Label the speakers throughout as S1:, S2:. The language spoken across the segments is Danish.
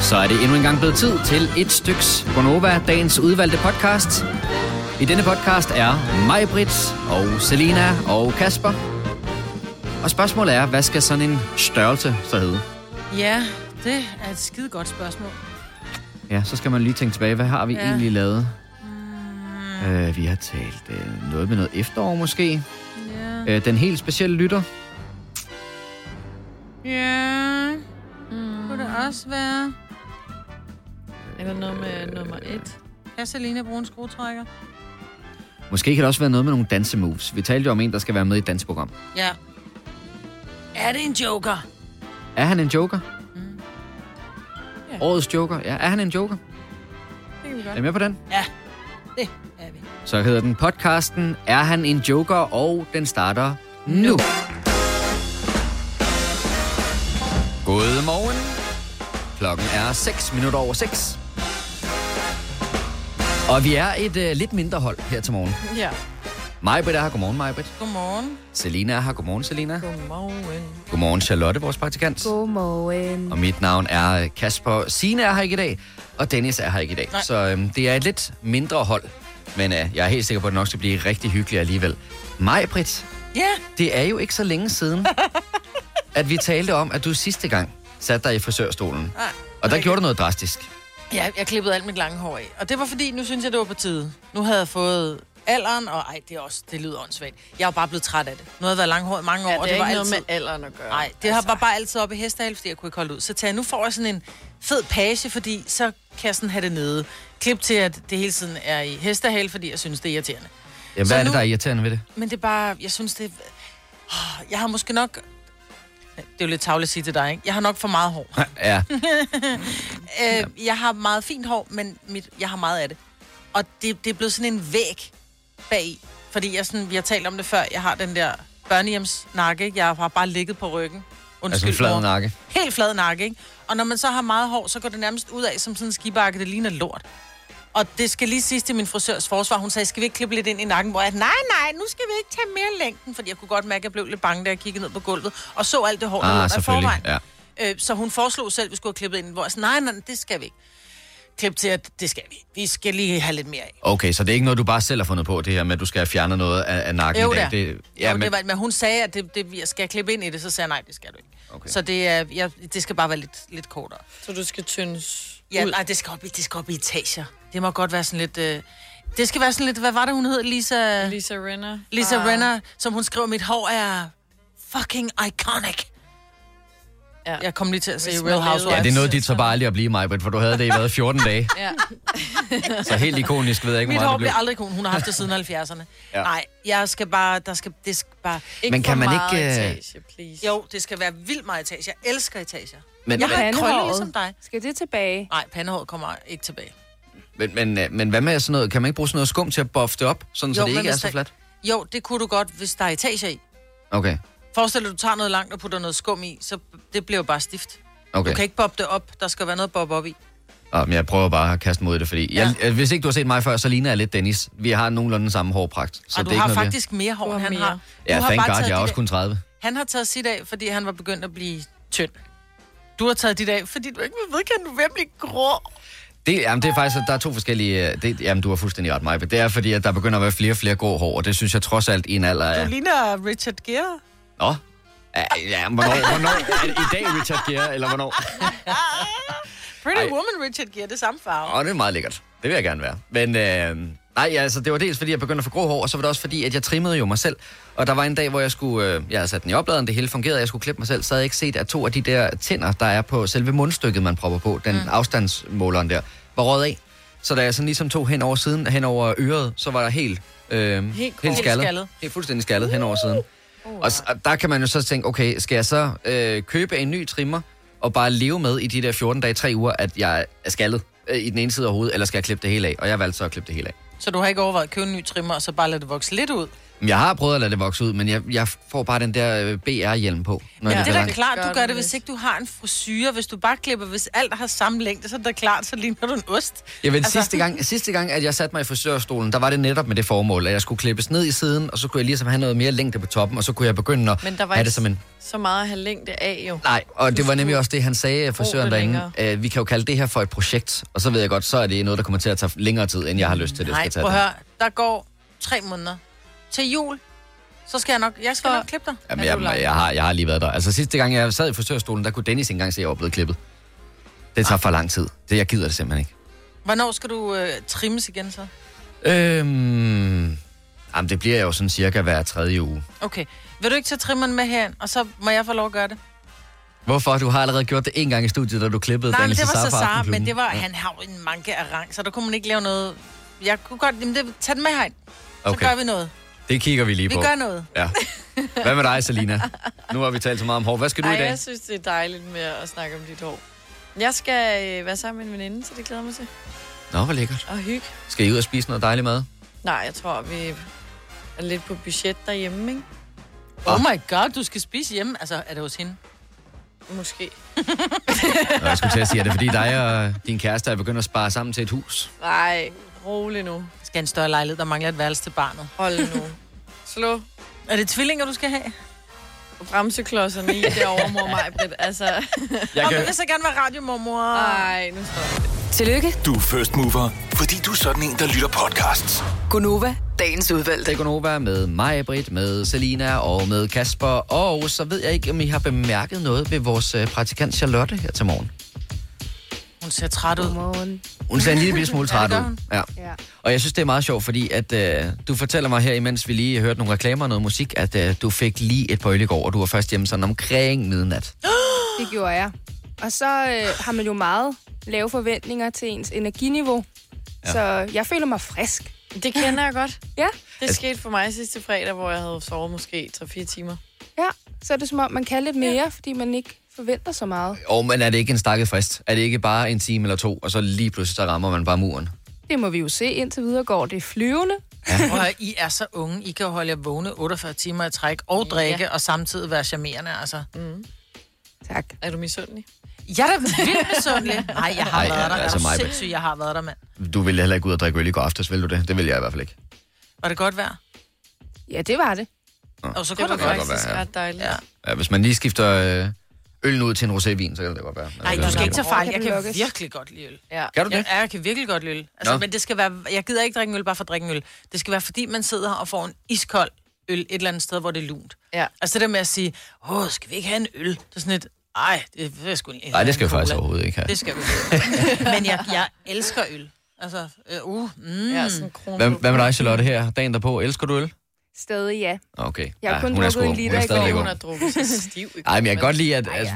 S1: Så er det endnu engang blevet tid til et styks Gonova, dagens udvalgte podcast. I denne podcast er mig, Britt, og Selina og Kasper. Og spørgsmålet er, hvad skal sådan en størrelse så hedde?
S2: Ja, det er et skide godt spørgsmål.
S1: Ja, så skal man lige tænke tilbage, hvad har vi ja.
S2: Ja.
S1: egentlig lavet? Øh, vi har talt øh, noget med noget efterår måske.
S2: Ja.
S1: Øh, den helt specielle lytter.
S2: Ja. Mm. Kunne det også være
S3: Eller noget med nummer et.
S2: Kasselina Brun skruetrækker?
S1: Måske kan det også være noget med nogle dansemoves. Vi talte jo om en, der skal være med i et danseprogram.
S2: Ja. Er det en joker?
S1: Er han en joker? Ja. Årets joker? Ja, er han en joker?
S3: Det kan vi
S1: Er
S3: godt.
S1: I med på den?
S2: Ja, det er vi.
S1: Så hedder den podcasten Er han en joker? Og den starter nu. Godmorgen. Klokken er 6 minutter over 6. Og vi er et øh, lidt mindre hold her til morgen.
S3: Ja.
S1: Majbrit er her. Godmorgen, Majbrit.
S2: Godmorgen.
S1: Selina er her. Godmorgen, Selina.
S3: Godmorgen.
S1: Godmorgen, Charlotte, vores praktikant.
S4: Godmorgen.
S1: Og mit navn er øh, Kasper. Sine er her ikke i dag, og Dennis er her ikke i dag. Nej. Så øhm, det er et lidt mindre hold, men øh, jeg er helt sikker på, at det nok skal blive rigtig hyggeligt alligevel. Maj, Britt,
S2: Ja,
S1: det er jo ikke så længe siden, at vi talte om, at du sidste gang satte dig i frisørstolen.
S2: Nej.
S1: Og der gjorde du noget drastisk.
S2: ja, jeg klippede alt mit lange hår af. Og det var fordi, nu synes jeg, det var på tide. Nu havde jeg fået alderen, og ej, det, er også, det lyder åndssvagt. Jeg er jo bare blevet træt af det. Nu har jeg været langhåret i mange år,
S3: Ja,
S2: og
S3: det er
S2: det var
S3: ikke noget
S2: altid...
S3: med alderen at gøre. Altså-
S2: Nej, det har var bare altid oppe i hestehal, fordi jeg kunne ikke holde ud. Så tager jeg, nu får jeg sådan en fed page, fordi så kan jeg sådan have det nede. Klip til, at det hele tiden er i hestehal, fordi jeg synes, det er irriterende.
S1: Ja, hvad
S2: Så
S1: er det,
S2: nu-
S1: der er irriterende ved det?
S2: Men det er bare, jeg synes det... er- Jeg har måske nok... Det er jo lidt tavligt at sige til dig, ikke? Jeg har nok for meget hår.
S1: Ja,
S2: Øh, jeg har meget fint hår, men mit, jeg har meget af det. Og det, det er blevet sådan en væg bag, fordi jeg sådan, vi har talt om det før, jeg har den der børnehjemsnakke, ikke? Jeg har bare ligget på ryggen.
S1: altså en
S2: mor.
S1: flad nakke.
S2: Helt flad nakke, ikke? Og når man så har meget hår, så går det nærmest ud af som sådan en skibakke, det ligner lort. Og det skal lige sidst til min frisørs forsvar. Hun sagde, skal vi ikke klippe lidt ind i nakken? Hvor jeg, nej, nej, nu skal vi ikke tage mere længden. Fordi jeg kunne godt mærke, at jeg blev lidt bange, da jeg kiggede ned på gulvet. Og så alt det hår, der
S1: Ah,
S2: lå der i
S1: selvfølgelig.
S2: forvejen.
S1: Ja.
S2: Øh, så hun foreslog selv, at vi skulle have klippet ind. Hvor jeg sagde, nej, nej, det skal vi ikke. Klip til, at det skal vi. Vi skal lige have lidt mere af.
S1: Okay, så det er ikke noget, du bare selv har fundet på, det her med, at du skal have fjernet noget af, af nakken
S2: Jo,
S1: i dag.
S2: da.
S1: Det,
S2: Ja,
S1: ja,
S2: jo, men...
S1: men,
S2: Det var, men hun sagde, at det, det, jeg skal klippe ind i det, så sagde jeg, nej, det skal du ikke.
S1: Okay.
S2: Okay. Så det, er, jeg, det skal bare være lidt, lidt kortere.
S3: Så du skal tyndes
S2: Ja,
S3: ud.
S2: nej, det skal, op i, det skal op i etager. Det må godt være sådan lidt... Øh, det skal være sådan lidt... Hvad var det, hun hed? Lisa,
S3: Lisa Renner.
S2: Lisa Renner, som hun skrev, mit hår er fucking iconic.
S3: Ja.
S2: Jeg kom lige til at
S3: Hvis
S2: sige
S3: man
S2: Real
S3: levede-
S2: Housewives.
S1: ja, det nåede dit så bare aldrig at blive, Majbrit, for du havde det i hvad, 14 dage.
S3: Ja.
S1: Så helt ikonisk ved jeg ikke,
S2: Mit
S1: hvor meget
S2: hår
S1: det blev.
S2: bliver aldrig kun. Hun har haft det siden 70'erne.
S1: Ja.
S2: ja. Nej, jeg skal bare... Der skal, det skal bare...
S3: Ikke
S1: Men kan
S3: for
S1: man
S3: meget
S1: ikke, øh,
S3: Etage, please.
S2: Jo, det skal være vildt meget etager. Jeg elsker etager.
S1: Men,
S2: Jeg
S1: men-
S2: har ikke krøller
S4: Pandehåret.
S2: ligesom dig.
S4: Skal det tilbage?
S2: Nej, pandehåret kommer ikke tilbage.
S1: Men, men, øh, men hvad med sådan noget? Kan man ikke bruge sådan noget skum til at boffe det op, sådan, så
S2: Jo,
S1: det
S2: men
S1: ikke er
S2: hvis
S1: så
S2: der-
S1: fladt?
S2: Jo, det kunne du godt, hvis der er etager i.
S1: Okay,
S2: Forestil dig, du tager noget langt og putter noget skum i, så det bliver jo bare stift.
S1: okay.
S2: Du kan ikke bobbe det op. Der skal være noget at bobbe op i.
S1: Nå, men jeg prøver bare at kaste mod i det, fordi...
S2: Ja.
S1: Jeg, øh, hvis ikke du har set mig før, så ligner jeg lidt Dennis. Vi har nogenlunde samme hårpragt. Så
S2: Så
S1: det
S2: og du
S1: er ikke
S2: har
S1: noget, vi-
S2: faktisk mere hår,
S3: Du
S2: end
S3: har
S2: han
S3: mere.
S2: har. Du
S1: Ja,
S2: har
S1: thank
S2: bare
S1: God,
S2: taget
S1: jeg er
S2: dit
S1: også
S2: af-
S1: kun 30.
S2: Han har taget sit af, fordi han var begyndt at blive tynd. Du har taget dit af, fordi du ikke vil vedkende, du er ved at blive grå.
S1: Det, jamen, det er faktisk, at der er to forskellige... øh, Det, jamen, du har fuldstændig ret, mig. Det er fordi, at der begynder at være flere og flere grå hår, og det synes jeg trods alt i en alder
S2: Du
S1: af...
S2: ligner Richard Gere.
S1: Nå? Ja, ja, hvornår, hvornår? Er det I dag, Richard Gere, eller hvornår?
S2: Pretty
S1: Ej.
S2: Ej. Woman Richard Gere, det er samme farve.
S1: Åh, det er meget lækkert. Det vil jeg gerne være. Men øh, nej, altså, det var dels fordi, jeg begyndte at få grå hår, og så var det også fordi, at jeg trimmede jo mig selv. Og der var en dag, hvor jeg skulle, øh, jeg havde sat den i opladeren, det hele fungerede, jeg skulle klippe mig selv, så havde jeg ikke set, at to af de der tænder, der er på selve mundstykket, man propper på, den mm. afstandsmåleren der, var røget af. Så da jeg sådan ligesom tog hen over siden, hen over øret, så var der helt, øh, helt,
S3: grå.
S1: helt skaldet.
S2: Helt
S1: Helt,
S2: skaldet.
S1: helt fuldstændig skaldet hen over siden. Og, s- og der kan man jo så tænke, okay, skal jeg så øh, købe en ny trimmer og bare leve med i de der 14 dage, 3 uger, at jeg er skaldet øh, i den ene side af hovedet, eller skal jeg klippe det hele af? Og jeg valgte så at klippe det hele af.
S2: Så du har ikke overvejet at købe en ny trimmer, og så bare lade det vokse lidt ud?
S1: Jeg har prøvet at lade det vokse ud, men jeg, jeg får bare den der øh, BR-hjelm på. Når
S2: Ja,
S1: ja,
S2: det er da
S1: det
S2: klart,
S3: Gør
S2: du gør
S3: du
S2: det, hvis
S3: vist.
S2: ikke du har en frisyre. Hvis du bare klipper, hvis alt har samme længde, så er det da klart, så ligner du en ost. Altså,
S1: jeg
S3: Altså-
S1: ved, sidste, gang, sidste gang, at jeg satte mig i frisørstolen, der var det netop med det formål, at jeg skulle klippes ned i siden, og så kunne jeg ligesom have noget mere længde på toppen, og så kunne jeg begynde at
S3: Men der var
S1: have
S3: ikke
S1: det som en...
S3: så meget at have længde af, jo.
S1: Nej, og det var nemlig også det, han sagde, frisøren
S3: det
S1: derinde.
S3: længere.
S1: Øh, vi kan jo kalde det her for et projekt, og så ved jeg godt, så er det noget, der kommer til at tage længere tid, end jeg har lyst til, det
S2: Nej,
S1: skal tage.
S2: prøv at
S1: den.
S2: høre. Der går tre måneder. Til jul, så skal jeg nok, jeg skal
S3: Så-
S2: nok klippe dig.
S1: Jamen,
S3: Er du
S1: jeg,
S3: lang?
S1: jeg, har, jeg har lige været der. Altså sidste gang, jeg sad i frisørstolen, der kunne Dennis ikke engang se, at jeg var blevet klippet. Det
S3: Ah.
S1: tager for lang tid. Det, jeg gider det simpelthen ikke.
S2: Hvornår skal du øh, trimmes igen så?
S1: Øhm, jamen, det bliver jo sådan cirka hver tredje uge.
S2: Okay. Vil du ikke tage trimmeren med herind, og så må jeg få lov at gøre det?
S1: Hvorfor? Du har allerede gjort det en gang i studiet, da du klippede
S2: Nej, men
S1: Daniel
S2: det var så
S1: Cesar på
S2: Sara,
S1: Aftenklubben.
S2: men det var, han har jo en manke af rang, så der kunne man ikke lave noget. Jeg kunne godt, jamen det, tag den med herind. Så
S1: Okay.
S2: okay. gør vi noget.
S1: Det kigger vi lige
S2: Vi
S1: på.
S2: gør noget.
S1: Ja. Hvad med dig, Selina? Nu har vi talt så meget om hår. Hvad skal du
S3: Ej,
S1: i dag?
S3: jeg synes, det er dejligt med at snakke om dit hår. Jeg skal øh, være sammen med en veninde, så det glæder jeg mig til.
S1: Nå, hvor lækkert.
S3: Og hygge.
S1: Skal I ud og spise noget dejlig mad?
S3: Nej, jeg tror, vi er lidt på budget derhjemme, ikke?
S2: Oh my god, du skal spise hjemme. Altså, er det hos hende?
S3: Måske.
S1: Nå, jeg skulle til at sige, er det fordi dig og din kæreste er begyndt at spare sammen til et hus?
S3: Nej, rolig nu.
S2: Skal en større lejlighed, der mangler et værelse til barnet.
S3: Hold nu. Slå
S2: Er det tvillinger, du skal have?
S3: bremseklodserne i derovre, mor mig, Britt. Altså,
S1: Jeg
S2: Jeg vil så gerne være radiomormor.
S3: nej, nu står det.
S5: Tillykke,
S6: Du er first mover, fordi du er sådan en, der lytter podcasts.
S5: Gunova, dagens udvalgte.
S1: Det er Gunova med mig, Britt, med Selina og med Kasper. Og så ved jeg ikke, om I har bemærket noget ved vores øh, praktikant Charlotte her til morgen.
S2: Hun ser træt ud.
S4: Godmorgen.
S1: Hun ser en lille bitte smule træt
S2: gør
S1: ud.
S2: hun.
S1: Ja.
S4: Ja.
S1: Og jeg synes, det er meget sjovt, fordi at, øh, du fortæller mig her, imens vi lige hørte nogle reklamer og noget musik, at øh, du fik lige et bøjle i går, og du var først hjemme sådan omkring midnat.
S4: Det gjorde jeg. Og så øh, har man jo meget lave forventninger til ens energiniveau. Ja. Så jeg føler mig frisk.
S3: Det kender jeg godt.
S4: Ja.
S3: Det skete for mig sidste fredag, hvor jeg havde sovet måske 3-4 timer.
S4: ja. Så er det som om, man kan lidt mere, ja. fordi man ikke forventer så meget.
S1: Og men er det ikke en stakket frist? Er det ikke bare en time eller to, og så lige pludselig så rammer man bare muren?
S4: Det må vi jo se indtil videre går det flyvende.
S2: Og I er så unge. I kan jo holde jer vågne 48 timer i træk og drikke, ja. og samtidig være charmerende, altså.
S4: Tak.
S3: Er du misundelig?
S2: Jeg er da vildt misundelig. Nej, jeg har
S1: Ej,
S2: Ej, været der.
S1: altså
S2: Altså er
S1: mig,
S2: du
S1: Britt.
S2: sindssyg, jeg har været der, mand.
S1: Du ville heller ikke ud og drikke øl i går aftes, vil du det? Det vil jeg i hvert fald ikke.
S2: Var det godt vejr?
S4: Ja, det var det.
S2: Og så
S3: Det
S2: kunne
S3: var
S2: det, godt.
S1: godt
S3: faktisk
S1: være, ja.
S3: ret dejligt.
S2: Ja.
S3: Ja.
S1: Ja, hvis man lige skifter øh, øllen ud til en rosévin, så kan det godt være.
S2: Nej, du skal ikke tage fejl.
S4: Kan
S2: Jeg
S4: du
S2: kan
S4: lukkes?
S2: virkelig godt lide øl.
S3: ja.
S1: Kan du det?
S2: Jeg, jeg kan virkelig godt lide øl. Altså,
S1: Nå.
S2: men det skal være, jeg gider ikke drikke en øl bare for at drikke en øl. Det skal være, fordi man sidder og får en iskold øl et eller andet sted, hvor det er lunt.
S3: Ja.
S2: Altså det der med at sige, åh, skal vi ikke have en øl? Det er sådan et, ej, det er sgu en
S1: Nej, det skal
S2: en
S1: vi faktisk
S2: cola."
S1: overhovedet ikke have.
S2: Det skal vi ikke. Men jeg, jeg elsker øl. Altså, øh, uh, mm.
S3: Ja, sådan kron.
S1: Hvad, hvad med dig, Charlotte, her? Dagen derpå. Elsker du øl?
S4: Stadig ja.
S1: Okay.
S4: Jeg har
S1: Ja,
S4: kun
S1: hun er
S4: drukket
S1: sgu-
S4: en liter
S1: hun er
S4: i går.
S1: stadigvæk
S3: Hun
S1: ung.
S3: har drukket sig stiv. i går,
S1: Ej, men jeg
S3: men-
S1: kan godt lide, at altså,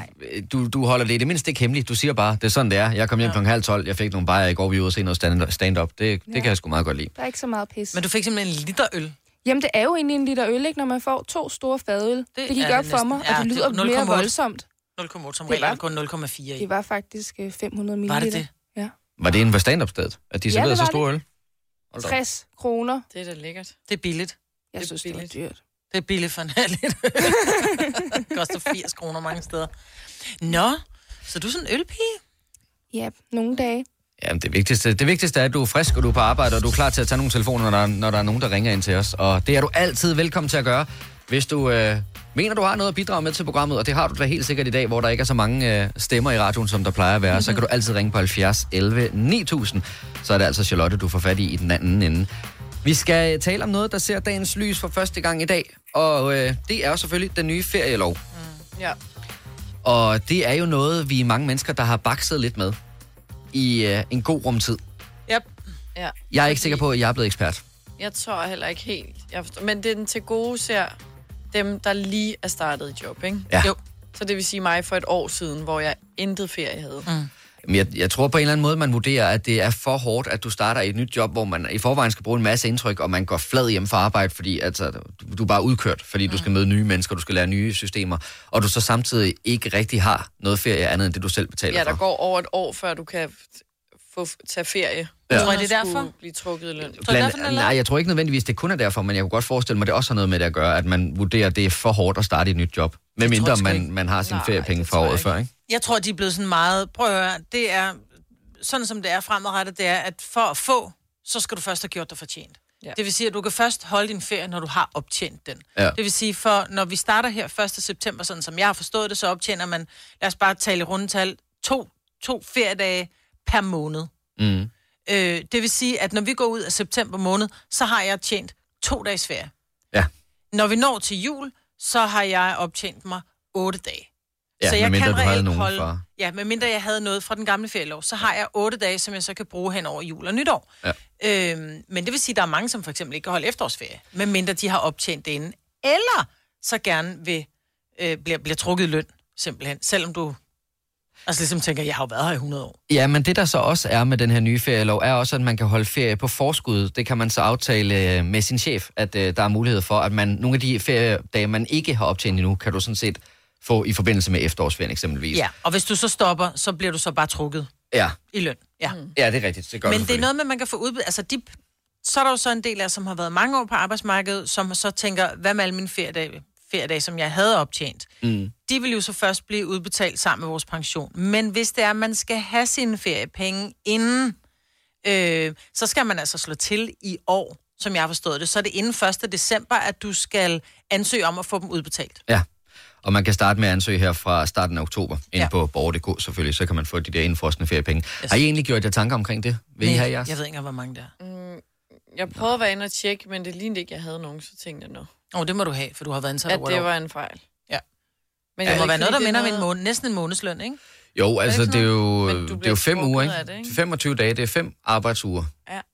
S1: du, du holder det i det mindste ikke hemmeligt. Du siger bare, det er sådan, det er. Jeg kom hjem ja. kl. halv tolv, jeg fik nogle bajer i går, vi var ude og se noget stand- stand-up. Det, det ja. kan jeg sgu meget godt lide.
S4: Der er ikke så meget pis.
S2: Men du fik simpelthen en liter øl.
S4: Jamen, det er jo egentlig en liter øl, ikke? Når man får to store fadøl. Det, det
S2: er
S4: gik
S2: det
S4: op for
S2: næsten.
S4: mig, og
S2: Ja,
S4: det
S2: det er
S4: lyder mere
S2: 0,8.
S4: voldsomt.
S2: 0,8 som
S4: Det
S2: regel,
S4: var-
S2: er det kun 0,4 i.
S4: Det var faktisk øh, 500 ml.
S2: Var det det?
S4: Ja.
S1: Var det inden for stand-up-stedet, at de
S4: Ja,
S1: serverede
S4: det
S1: så
S4: var
S1: stor øl? Hold da op.
S4: 60 kroner.
S3: Det er da lækkert.
S2: Det er billigt.
S4: Jeg
S3: Det er
S4: det synes, det var
S3: billigt.
S4: dyrt.
S2: Det er billigt for en halv liter. det koster 80 kroner mange steder. Nå, så du er sådan en ølpige?
S4: Ja, nogle dage.
S1: Jamen, det vigtigste, det vigtigste er, at du er frisk, og du er på arbejde, og du er klar til at tage nogle telefoner, når der, når der er nogen, der ringer ind til os. Og det er du altid velkommen til at gøre, hvis du øh, mener, du har noget at bidrage med til programmet, og det har du da helt sikkert i dag, hvor der ikke er så mange øh, stemmer i radioen, som der plejer at være, så kan du altid ringe på 70 11 9000. Så er det altså Charlotte, du får fat i i den anden ende. Vi skal tale om noget, der ser dagens lys for første gang i dag, og øh, det er jo selvfølgelig den nye ferielov.
S3: Ja.
S1: Og det er jo noget, vi er mange mennesker, der har bakset lidt med i øh, en god rumtid.
S2: Yep.
S3: ja.
S1: Jeg er ikke sikker på, at jeg er blevet ekspert.
S3: Jeg tror heller ikke helt. Jeg forstår. Men det er den til gode ser dem, der lige er startet i job, ikke?
S1: Ja.
S2: Jo.
S3: Så det vil sige mig for et år siden, hvor jeg intet ferie havde. Mm.
S1: Men jeg, jeg tror på en eller anden måde, man vurderer, at det er for hårdt, at du starter i et nyt job, hvor man i forvejen skal bruge en masse indtryk, og man går flad hjem fra arbejde, fordi altså, du, du er bare udkørt, fordi du skal møde nye mennesker, du skal lære nye systemer, og du så samtidig ikke rigtig har noget ferie andet, end det du selv betaler
S3: Ja, der
S1: for.
S3: går over et år, før du kan f- få, tage ferie.
S1: Ja.
S3: uden
S2: Tror I, det er
S3: at skulle
S2: derfor?
S3: Blive trukket i løn.
S2: Tror du, derfor, den er lavet?
S1: nej, jeg tror ikke nødvendigvis, det kun er derfor, men jeg kunne godt forestille mig, det også har noget med det at gøre, at man vurderer, at det er for hårdt at starte et nyt job. Med mindre
S2: jeg sgu
S1: man,
S2: ikke.
S1: man har sine
S3: Nej,
S1: feriepenge
S3: det
S1: fra
S3: tror jeg
S1: året
S3: ikke.
S1: før, ikke?
S2: Jeg tror, de er blevet sådan meget... Prøv at høre, det er... Sådan som det er fremadrettet, det er, at for at få, så skal du først have gjort dig fortjent.
S3: Ja.
S2: Ja. Det vil sige, at du kan først holde din ferie, når du har optjent den.
S1: Ja.
S2: Det vil sige, for når vi starter her 1. september, sådan som jeg har forstået det, så optjener man, lad os bare tale i rundetal, to, to feriedage per måned.
S1: Mm.
S2: Øh, det vil sige, at når vi går ud af september måned, så har jeg tjent to dages ferie.
S1: Ja.
S2: Når vi når til jul, så har jeg optjent mig otte dage.
S1: Ja,
S2: så jeg
S1: medmindre
S2: kan
S1: du havde
S2: reelt
S1: nogen
S2: holde...
S1: fra-
S2: Ja, medmindre jeg havde noget fra den gamle ferielov, så har jeg otte dage, som jeg så kan bruge hen over jul og nytår.
S1: Ja.
S2: Øhm, men det vil sige, at der er mange, som for eksempel ikke kan holde efterårsferie, medmindre de har optjent det inden. Eller så gerne vil, øh, bliver, bliver trukket i løn, simpelthen. Selvom du altså ligesom tænker, jeg har jo været her i 100 år.
S1: Ja, men det der så også er med den her nye ferielov, er også, at man kan holde ferie på forskud. Det kan man så aftale øh, med sin chef, at øh, der er mulighed for, at man nogle af de feriedage, man ikke har optjent endnu, kan du sådan set få i forbindelse med efterårsferien eksempelvis.
S2: Ja, og hvis du så stopper, så bliver du så bare trukket
S1: Ja,
S2: i løn. Ja. Mm.
S1: ja det er rigtigt. Det gør
S2: Men det er noget med, at man kan få udbud. Altså, de, så er der jo så en del af jer, som har været mange år på arbejdsmarkedet, som så tænker, hvad med alle mine feriedage, feriedage som jeg havde optjent? Mm. De vil jo så først blive udbetalt sammen med vores pension. Men hvis det er, at man skal have sine feriepenge inden, øh, så skal man altså slå til i år, som jeg har forstået det. Så er det inden 1. december, at du skal ansøge om at få dem udbetalt.
S1: Ja, og man kan starte med at ansøge her fra starten af oktober, ind ja.
S2: Ja.
S1: på borger.dk selvfølgelig, så kan man få de der indfrostende feriepenge. Yes. Har I egentlig gjort jer tanker omkring det? Vil I
S2: Nej,
S1: have jeres?
S2: Jeg ved ikke engang, hvor mange der er.
S3: øh, Jeg prøvede at være inde og tjekke, men det lignede ikke, jeg havde nogen, så tænkte jeg, nå,
S2: Åh, oh, det må du have, for du har været ansat
S3: at
S2: over et
S3: det
S2: år.
S3: var en fejl.
S2: Ja.
S3: Men
S2: Det
S3: jeg
S2: må
S3: ved
S2: være noget,
S3: ikke,
S2: der
S3: fordi det er
S2: minder om en
S3: noget-
S2: måned, næsten en månedsløn, ikke?
S1: Jo, altså
S3: ikke
S1: det er
S3: sådan
S1: jo,
S3: noget? Men du
S1: det er jo
S3: bliver
S1: fem
S3: trukket
S1: uger,
S3: af
S1: ikke?
S3: det,
S1: Det,
S3: ikke?
S1: ikke? 25 dage, det er fem arbejdsuger.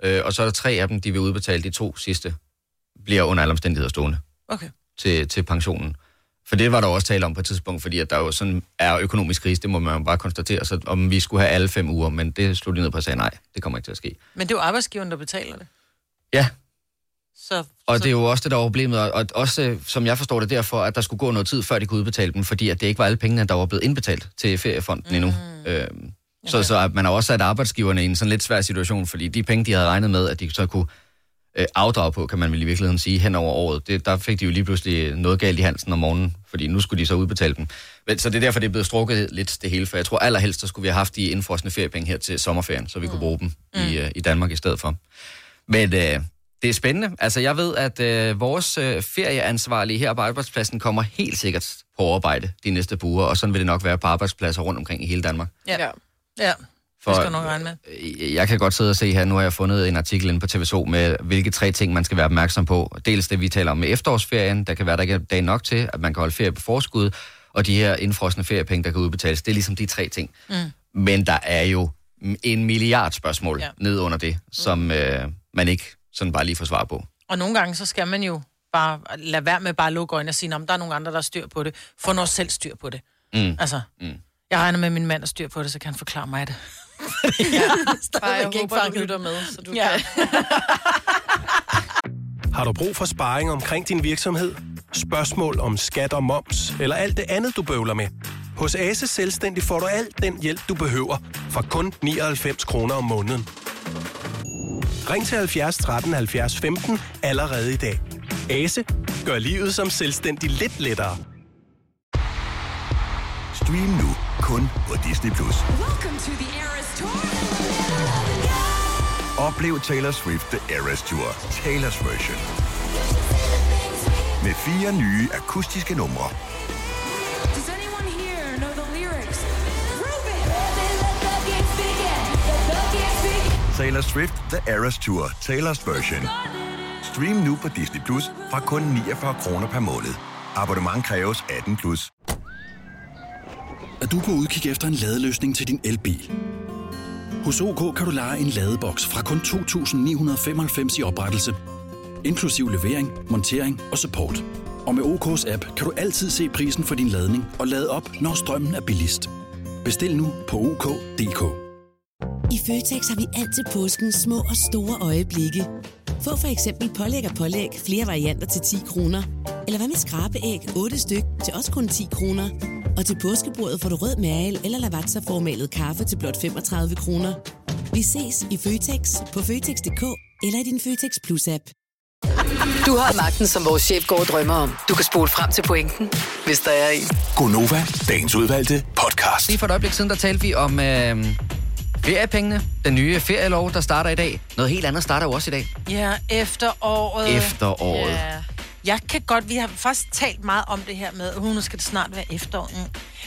S1: Ja. Øh, og så er der tre af dem, de vil udbetale de to sidste, bliver under alle omstændigheder stående
S2: Okay.
S1: til, til pensionen. For det var der også tale om på et tidspunkt, fordi at der jo sådan er økonomisk krise, det må man jo bare konstatere, så om vi skulle have alle fem uger, men det slog de ned på at sige, nej, det kommer ikke til at ske.
S2: Men det er jo arbejdsgiveren, der betaler det.
S1: Ja,
S2: Så,
S1: Og
S2: så,
S1: det er jo også det, der er problemet, og og også, øh, som jeg forstår det, derfor, at der skulle gå noget tid, før de kunne udbetale dem, fordi at det ikke var alle pengene, der var blevet indbetalt til feriefonden endnu. Øhm, så, så at man har også sat arbejdsgiverne i en sådan lidt svær situation, fordi de penge, de havde regnet med, at de så kunne øh, afdrage på, kan man vel i virkeligheden sige, hen over året, det, der fik de jo lige pludselig noget galt i halsen om morgenen, fordi nu skulle de så udbetale dem. Men, så det er derfor, det er blevet strukket lidt det hele, for jeg tror allerhelst, så skulle vi have haft de indfrosne feriepenge her til sommerferien, så vi kunne bruge dem i, øh, i Danmark i stedet for. Men øh, det er spændende. Altså, jeg ved, at øh, vores øh, ferieansvarlige her på arbejdspladsen kommer helt sikkert på overarbejde de næste par uger, og sådan vil det nok være på arbejdspladser rundt omkring i hele Danmark.
S2: Ja.
S3: Ja.
S2: ja,
S1: For-
S2: det skal du nok regne med.
S1: Øh, Jeg kan godt sidde og se her, nu har jeg fundet en artikel inde på TV2 med, hvilke tre ting, man skal være opmærksom på. Dels det, vi taler om med efterårsferien, der kan være, der ikke er dag nok til, at man kan holde ferie på forskud, og de her indfrosne feriepenge, der kan udbetales, det er ligesom de tre ting. Mm. Men der er jo mm, en milliard spørgsmål ja.
S2: Ja.
S1: ned under det, som øh, man ikke sådan bare lige får svar på.
S2: Og nogle gange, så skal man jo bare lade være med bare at lukke øjnene og sige, om der er nogle andre, der har styr på det. Få nu også selv styr på det. Mm. Altså, mm. jeg regner med, at min mand er styr på det, så kan han forklare mig det.
S3: Bare, jeg
S2: Stadigvæk ikke
S3: håber, du
S2: fanget.
S3: lytter med, så du
S2: Ja.
S3: kan...
S7: Har du brug for sparring omkring din virksomhed? Spørgsmål om skat og moms, eller alt det andet, du bøvler med? Hos Ase Selvstændig får du alt den hjælp, du behøver, for kun 99 kroner om måneden. Ring til 70 13 70 15 allerede i dag. Ase gør livet som selvstændig lidt lettere.
S6: Stream nu kun på Disney+. Plus. Oplev Taylor Swift The Eras Tour, Taylor's version. Med fire nye akustiske numre. Taylor Swift The Eras Tour, Taylor's version. Stream nu på Disney Plus fra kun 49 kroner per måned. Abonnement kræves 18 plus.
S8: er du på udkig efter en ladeløsning til din elbil. Hos OK kan du lege en ladeboks fra kun 2.995 i oprettelse, inklusiv levering, montering og support. Og med OK's app kan du altid se prisen for din ladning og lade op, når strømmen er billigst. Bestil nu på OK.dk.
S9: I Føtex har vi altid påsken små og store øjeblikke. Få for eksempel pålæg og pålæg flere varianter til 10 kroner. Eller hvad med skrabeæg 8 styk til også kun 10 kroner. Og til påskebordet får du rød mal eller lavatserformalet kaffe til blot 35 kroner. Vi Vi ses i Føtex på Føtex.dk eller i din Føtex Plus-app.
S5: Du har magten, som vores chef går og drømmer om. Du kan spole frem til pointen, hvis der er en.
S6: Gonova, dagens udvalgte podcast.
S1: Lige for et øjeblik siden, der talte vi om øh, feriepengene. Den nye ferielov, der starter i dag. Noget helt andet starter jo også i dag.
S2: Ja, efteråret.
S1: Efteråret.
S3: Ja.
S2: Jeg kan godt, vi har faktisk talt meget om det her med, at nu skal det snart være efterår.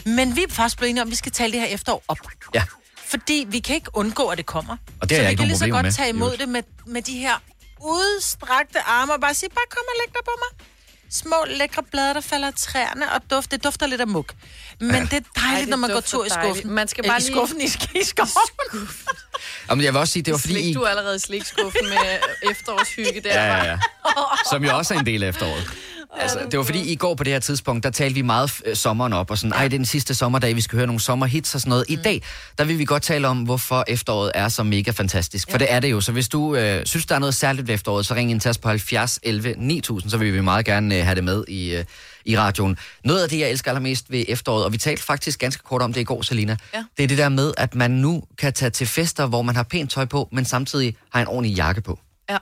S2: Mm. Men vi er faktisk blevet enige om, at vi skal tale det her efterår op.
S1: Ja.
S2: Fordi vi kan ikke undgå, at det kommer.
S1: Og det har jeg
S2: så vi
S1: ikke
S2: kan
S1: nogen
S2: lige så
S1: problemer
S2: godt
S1: med,
S2: tage
S1: i
S2: imod
S1: øvrigt.
S2: det med, med de her udstrakte arme og bare sige, bare kom og læg dig på mig. Små lækre blade, der falder af træerne og duft. Det dufter lidt af muk. Men ja. det er dejligt, Ej,
S3: Ej,
S2: det
S3: det
S2: når man går
S3: dufter
S2: tur i
S3: dejligt.
S2: skuffen.
S3: Man skal
S2: Øh,
S3: bare
S2: I
S3: lige-
S2: skuffen, i, sk- i skoven.
S1: Og men jeg vil også sige, det var fordi... I...
S3: Slik, du er allerede i slikskuffen med øh, efterårshygge der.
S1: Ja, ja, ja. Som jo også er en del af efteråret. Altså, det var fordi i går på det her tidspunkt, der talte vi meget øh, sommeren op, og sådan, ej, det er den sidste sommerdag, vi skal høre nogle sommerhits og sådan noget. I dag, der vil vi godt tale om, hvorfor efteråret er så mega fantastisk. For det er det jo, så hvis du øh, synes, der er noget særligt ved efteråret, så ring ind til os på 70 11 9000, så vil vi meget gerne øh, have det med i, øh, i radioen. Noget af det, jeg elsker allermest ved efteråret, og vi talte faktisk ganske kort om det i går, Selina,
S3: Ja.
S1: det er det der med, at man nu kan tage til fester, hvor man har pænt tøj på, men samtidig har en ordentlig jakke på.
S3: ja.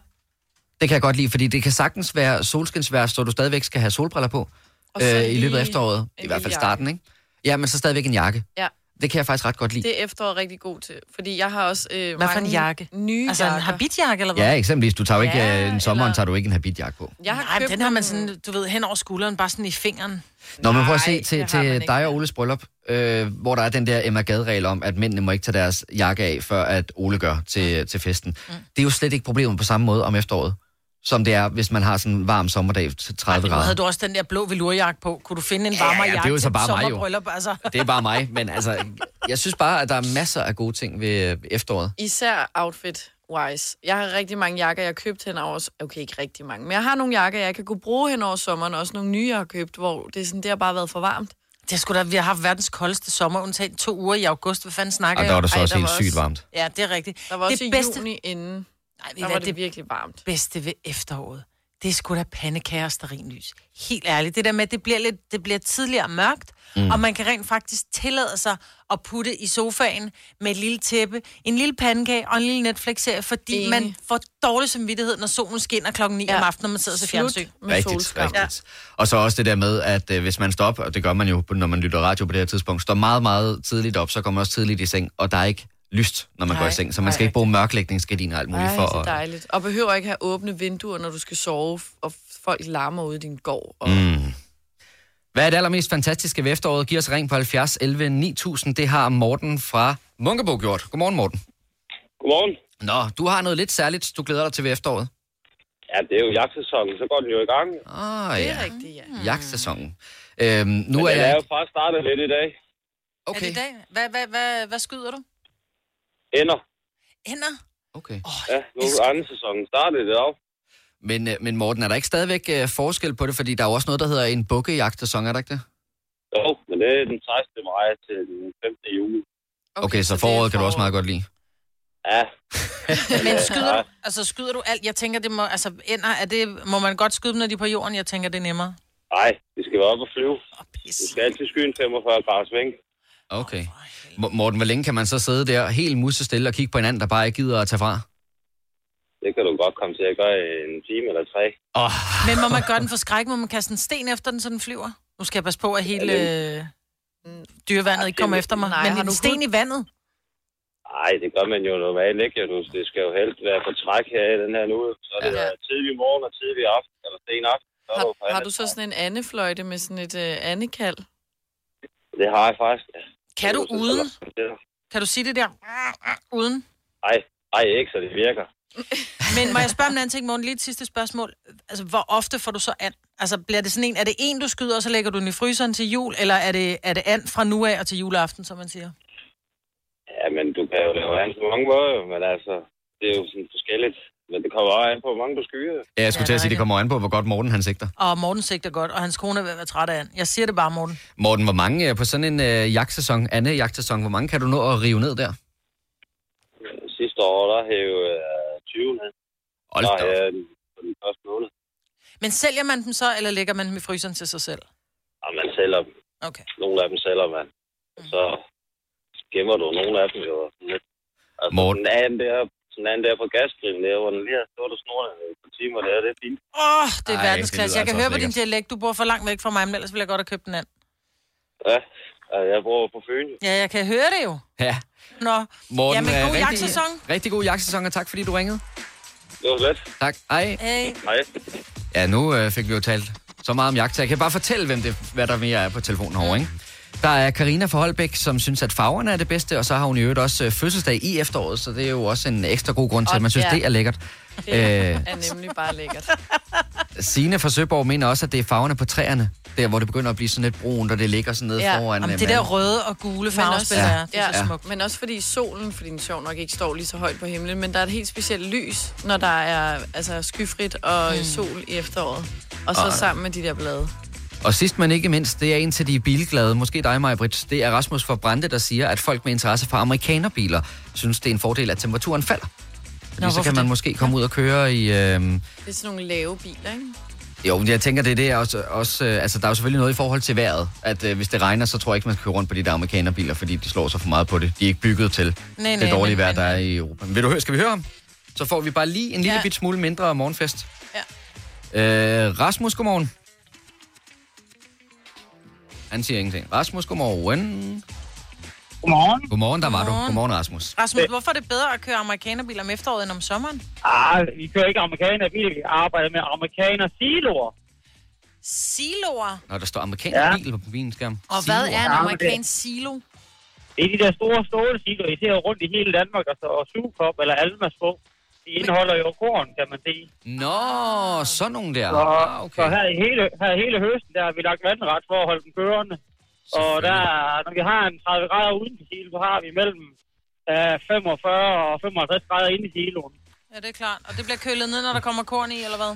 S1: Det kan jeg godt lide, fordi det kan sagtens være solskinsvær, så du stadigvæk skal have solbriller på
S3: Og så
S1: øh, i løbet af
S3: lige
S1: efteråret.
S3: en
S1: I hvert fald
S3: lille
S1: starten, ikke? Ja, men så stadigvæk en jakke.
S3: Ja.
S1: Det kan jeg faktisk ret godt lide.
S3: Det er efteråret rigtig god til, fordi jeg har også øh,
S2: Hvad for en
S3: mange
S2: jakke?
S3: nye
S2: altså en
S3: jakker.
S2: habitjakke eller hvad?
S1: Ja, eksempelvis. Du tager jo ikke,
S3: Ja,
S1: ja, en sommeren
S3: eller-
S1: tager du ikke en habitjakke på.
S3: Jeg har
S2: Nej, men
S3: købt
S2: den har man
S3: en-
S2: sådan, du ved, hen over skulderen, bare sådan i fingeren.
S1: Nå, men prøv at se
S3: Nej,
S1: til,
S3: det har man
S1: til
S3: ikke.
S1: dig og Oles bryllup, øh, hvor der er den der Emma Gad-regel om, at mændene må ikke tage deres jakke af, før at Ole gør
S3: Mm.
S1: til, til festen. Det er jo slet ikke problemet på samme måde om efteråret, som det er, hvis man har sådan en varm sommerdag til 30
S2: Nu havde
S1: grader.
S2: du også den der blå velurjakke på. Kunne du finde en varmere
S1: ja, det er
S2: jakke
S1: jo så
S2: til
S1: bare mig, jo.
S2: sommerbryllup? Altså.
S1: Det er bare mig, men altså, jeg synes bare, at der er masser af gode ting ved øh, efteråret.
S3: Især outfit-wise. Jeg har rigtig mange jakker, jeg har købt hen over... Okay, ikke rigtig mange, men jeg har nogle jakker, jeg kan kunne bruge hen over sommeren. Også nogle nye, jeg har købt, hvor det, er sådan, det har bare været for varmt.
S2: Det skulle da, vi har haft verdens koldeste sommer, undtagen to uger i august. Hvad fanden snakker
S1: Og der var
S2: jeg om?
S1: det så
S3: Ej,
S1: også
S3: der
S1: helt
S3: var
S1: sygt
S3: også-
S1: varmt.
S2: Ja, det er rigtigt.
S3: Der var også
S2: det
S3: det
S2: bedste,
S3: bedste... i juni inden,
S2: nej, ved I
S3: der
S2: hvad,
S3: var det,
S2: det
S3: virkelig varmt.
S2: bedste ved efteråret, det er sgu da pandekager og sterinlys. Helt ærligt. Det der med, at det bliver, lidt, det bliver tidligere mørkt, mm. og man kan rent faktisk tillade sig at putte i sofaen med et lille tæppe, en lille pandekage og en lille Netflix-serie, fordi
S3: Enig.
S2: man får dårlig samvittighed, når solen skinner klokken 9 ja.
S3: Ja.
S2: om aftenen, når man sidder og ser fjernsyn.
S3: med
S1: Rigtigt,
S3: solskam.
S1: rigtigt. Og så også det der med, at øh, hvis man står op, og det gør man jo, når man lytter radio på det her tidspunkt, står meget, meget tidligt op, så kommer man også tidligt i seng, og der er ikke lyst, når man nej,
S3: Nej,
S1: går i seng. Så man
S3: nej,
S1: skal ikke bruge mørklægningsgardiner og alt muligt
S3: Ej,
S1: for
S3: så
S1: at...
S3: dejligt. Og behøver ikke have åbne vinduer, når du skal sove, f- og folk larmer ude i din gård. Og...
S1: Mm. Hvad er det allermest fantastiske ved efteråret? Giv os ring på 70 11 9000. Det har Morten fra Munkebo gjort. Godmorgen, Morten.
S10: Godmorgen.
S1: Nå, du har noget lidt særligt, du glæder dig til ved efteråret.
S10: Ja, det er jo jagtsæsonen, så går den jo i gang.
S1: Ah,
S3: Det
S1: ja.
S3: er rigtigt, ja.
S1: Jagtsæsonen. Øhm, nu
S10: Men
S1: er
S10: den er
S1: jeg...
S10: jo først startet lidt i dag.
S2: Okay. Er det i
S1: Okay,
S2: dag? Hvad, hvad, hvad, hvad skyder du?
S10: Ender.
S2: Hænder?
S1: okay.
S10: Ja, nu er anden sæsonen startet det op.
S1: Men, øh, men Morten, er der ikke stadigvæk øh, forskel på det? Fordi der er jo også noget, der hedder en bukkejagtsæson, er der ikke det?
S10: Jo, men det er den 16. maj til den 5. juli.
S1: Okay, okay så foråret kan du også meget godt lide.
S10: Ja,
S2: Men skyder
S10: nej.
S2: du, altså skyder du alt? Jeg tænker, det må, altså ender, er det, må man godt skyde dem, når de er på jorden? Jeg tænker, det er nemmere.
S10: nej, vi skal være op og flyve.
S2: Åh,
S10: Vi
S2: pis.
S10: skal altid skyde en 45 graders vinkel.
S1: Okay. Mo- Morten, hvor længe kan man så sidde der helt musestille og kigge på hinanden, der bare ikke gider at tage fra?
S10: Det kan du godt komme til at gøre i en time eller tre.
S1: Oh,
S2: Men må man gøre den for skræk? Må man kaste en sten efter den, så den flyver? Nu skal jeg passe på, at hele øh, dyrevandet ikke kommer efter mig.
S3: Nej,
S2: Men
S3: har
S2: en
S3: du
S2: sten i vandet?
S10: Nej, det gør man jo normalt ikke. Jo. Det skal jo helst være på træk her i den her nu. Så er det
S3: Ja.
S10: ja. tidlig morgen og tidlig aften, eller sen aften. Så er du på
S3: Har, har
S10: anden
S3: du så
S10: træk.
S3: sådan en andefløjte med sådan et øh, andekald?
S10: Det har jeg faktisk. ja.
S2: Kan du
S10: Det er jo
S2: uden?
S10: sådan, der er.
S2: Kan du sige det der? Uden?
S10: Nej, nej, ikke så det virker.
S2: Men må jeg spørge om en anden ting, Morten? Lige et sidste spørgsmål. Altså, hvor ofte får du så and? Altså, bliver det sådan en, er det en, du skyder, og så lægger du den i fryseren til jul, eller er det, er det and fra nu af og til juleaften, som man siger?
S10: Ja, men du kan jo lave an på mange måder, jo, men altså, det er jo sådan forskelligt. Men det kommer også an på, hvor mange du skyer.
S1: ja, jeg skulle
S2: Ja,
S1: ja, til
S2: det er
S1: at sige, det
S2: rigtigt.
S1: kommer an på, hvor godt Morten han sigter.
S2: Og Morten sigter godt, og hans kone er ved at være træt af and. Jeg siger det bare, Morten.
S1: Morten, hvor mange øh, på sådan en øh, jagtsæson, anden jagtsæson, hvor mange kan du nå at rive ned der?
S10: Sidste år, der havde jeg jo øh, 20 ned.
S1: Hold
S10: Der
S1: da
S10: havde
S1: op.
S10: jeg den på den første måned.
S2: Men sælger man dem så, eller lægger man dem i fryseren til sig selv?
S10: Og man sælger dem.
S2: Okay.
S1: Mm.
S10: Nogle af dem sælger man. Så gemmer du nogle af dem jo. lidt. Og så
S1: Morten.
S10: sådan anden der, sådan anden der på gasgrillen der, hvor den lige har stået og snoret i et par timer der, det er fint.
S2: Åh, oh, det er
S10: Ej,
S2: Ej,
S10: det lyder
S2: verdensklasse. Jeg kan
S10: altså
S2: høre på
S10: også
S2: din
S10: lækkert.
S2: dialekt, du bor for langt væk fra mig, men ellers ville jeg godt have købt den anden.
S10: Ja, og jeg bor på Fyn. jo.
S2: Ja, jeg kan høre det jo.
S1: Ja.
S2: Nå,
S1: Morten,
S2: Jamen,
S1: øh,
S2: god jagtsæson.
S1: Rigtig god jagtsæson, og tak fordi du ringede.
S10: Det var så let.
S1: Tak. Hej.
S2: Hey.
S10: Hej.
S1: Ja, nu øh, fik vi jo talt så meget om jagt, så jeg kan bare fortælle, hvem det, hvad der mere er på telefonen herovre, ikke? Der er Karina fra Holbæk, som synes, at farverne er det bedste, og så har hun i øvrigt også øh, fødselsdag i efteråret, så det er jo også en ekstra god grund til,
S3: Og
S1: at man synes,
S3: ja.
S1: det er lækkert.
S3: Det
S1: Øh,
S3: er nemlig bare lækkert.
S1: Signe fra Søborg mener også, at det er farverne på træerne, der hvor det begynder at blive sådan lidt brunt, og det ligger sådan nede foran.
S2: Jamen,
S1: øh,
S2: det der
S1: manden.
S2: røde og gule
S3: Men
S2: farver
S3: også,
S2: spiller
S3: ja,
S2: jeg. Det er
S3: ja,
S2: så smukt.
S3: men også fordi solen, fordi den sjov nok ikke står lige så højt på himlen, men der er et helt specielt lys, når der er altså, skyfrit og
S2: Mm.
S3: mm. sol i efteråret. Og så
S1: Og-
S3: sammen med de der blade.
S1: Og sidst men ikke mindst, det er en til de bilglade, måske dig, Maja Britt, det er Rasmus fra Brande, der siger, at folk med interesse for amerikanerbiler synes, det er en fordel, at temperaturen falder. Fordi Nå, så
S3: hvorfor
S1: kan man
S3: det?
S1: måske komme ud og køre i... Øh,
S3: Det er sådan nogle lave biler, ikke?
S1: Jo, men jeg tænker, det er det også, også øh, altså, der er jo selvfølgelig noget i forhold til vejret, at øh, hvis det regner, så tror jeg ikke, man skal køre rundt på de der amerikanerbiler, fordi de slår sig for meget på det. De er ikke bygget til
S2: Nej,
S1: det
S2: nej,
S1: dårlige
S2: men-
S1: vejr,
S2: men-
S1: der er i Europa. Men vil du høre, skal vi høre om? Så får vi bare lige en lille ja. bit smule mindre morgenfest. Ja. Øh, Rasmus, godmorgen. Han siger ingenting. Rasmus, godmorgen. Godmorgen. Godmorgen, der var du.
S2: Godmorgen.
S1: Godmorgen, Rasmus.
S2: Rasmus, hvorfor er det bedre at køre amerikanerbiler om efteråret end om sommeren?
S11: Ah, vi kører ikke amerikaner, vi arbejder med amerikaner siloer.
S2: Siloer.
S1: Når der står amerikanerbil ja. på min skærm.
S2: Og hvad
S1: Siloer.
S2: er en amerikansk silo?
S11: Det er de der store stålsiloer, I ser rundt i hele Danmark, og, så, og sugekop eller almas på. De indeholder jo korn, kan man sige.
S1: Nå, sådan nogle der.
S11: Så,
S1: Ah,
S11: okay. så her, i hele, her i hele høsten, der har vi lagt vandret for at holde dem kørende. Og der, er- når vi har en 30 grader uden for silo, så har vi mellem øh, 45 og 55 grader inde i siloen.
S2: Ja, det er klart. Og det bliver kølet ned, når der kommer korn i, eller hvad?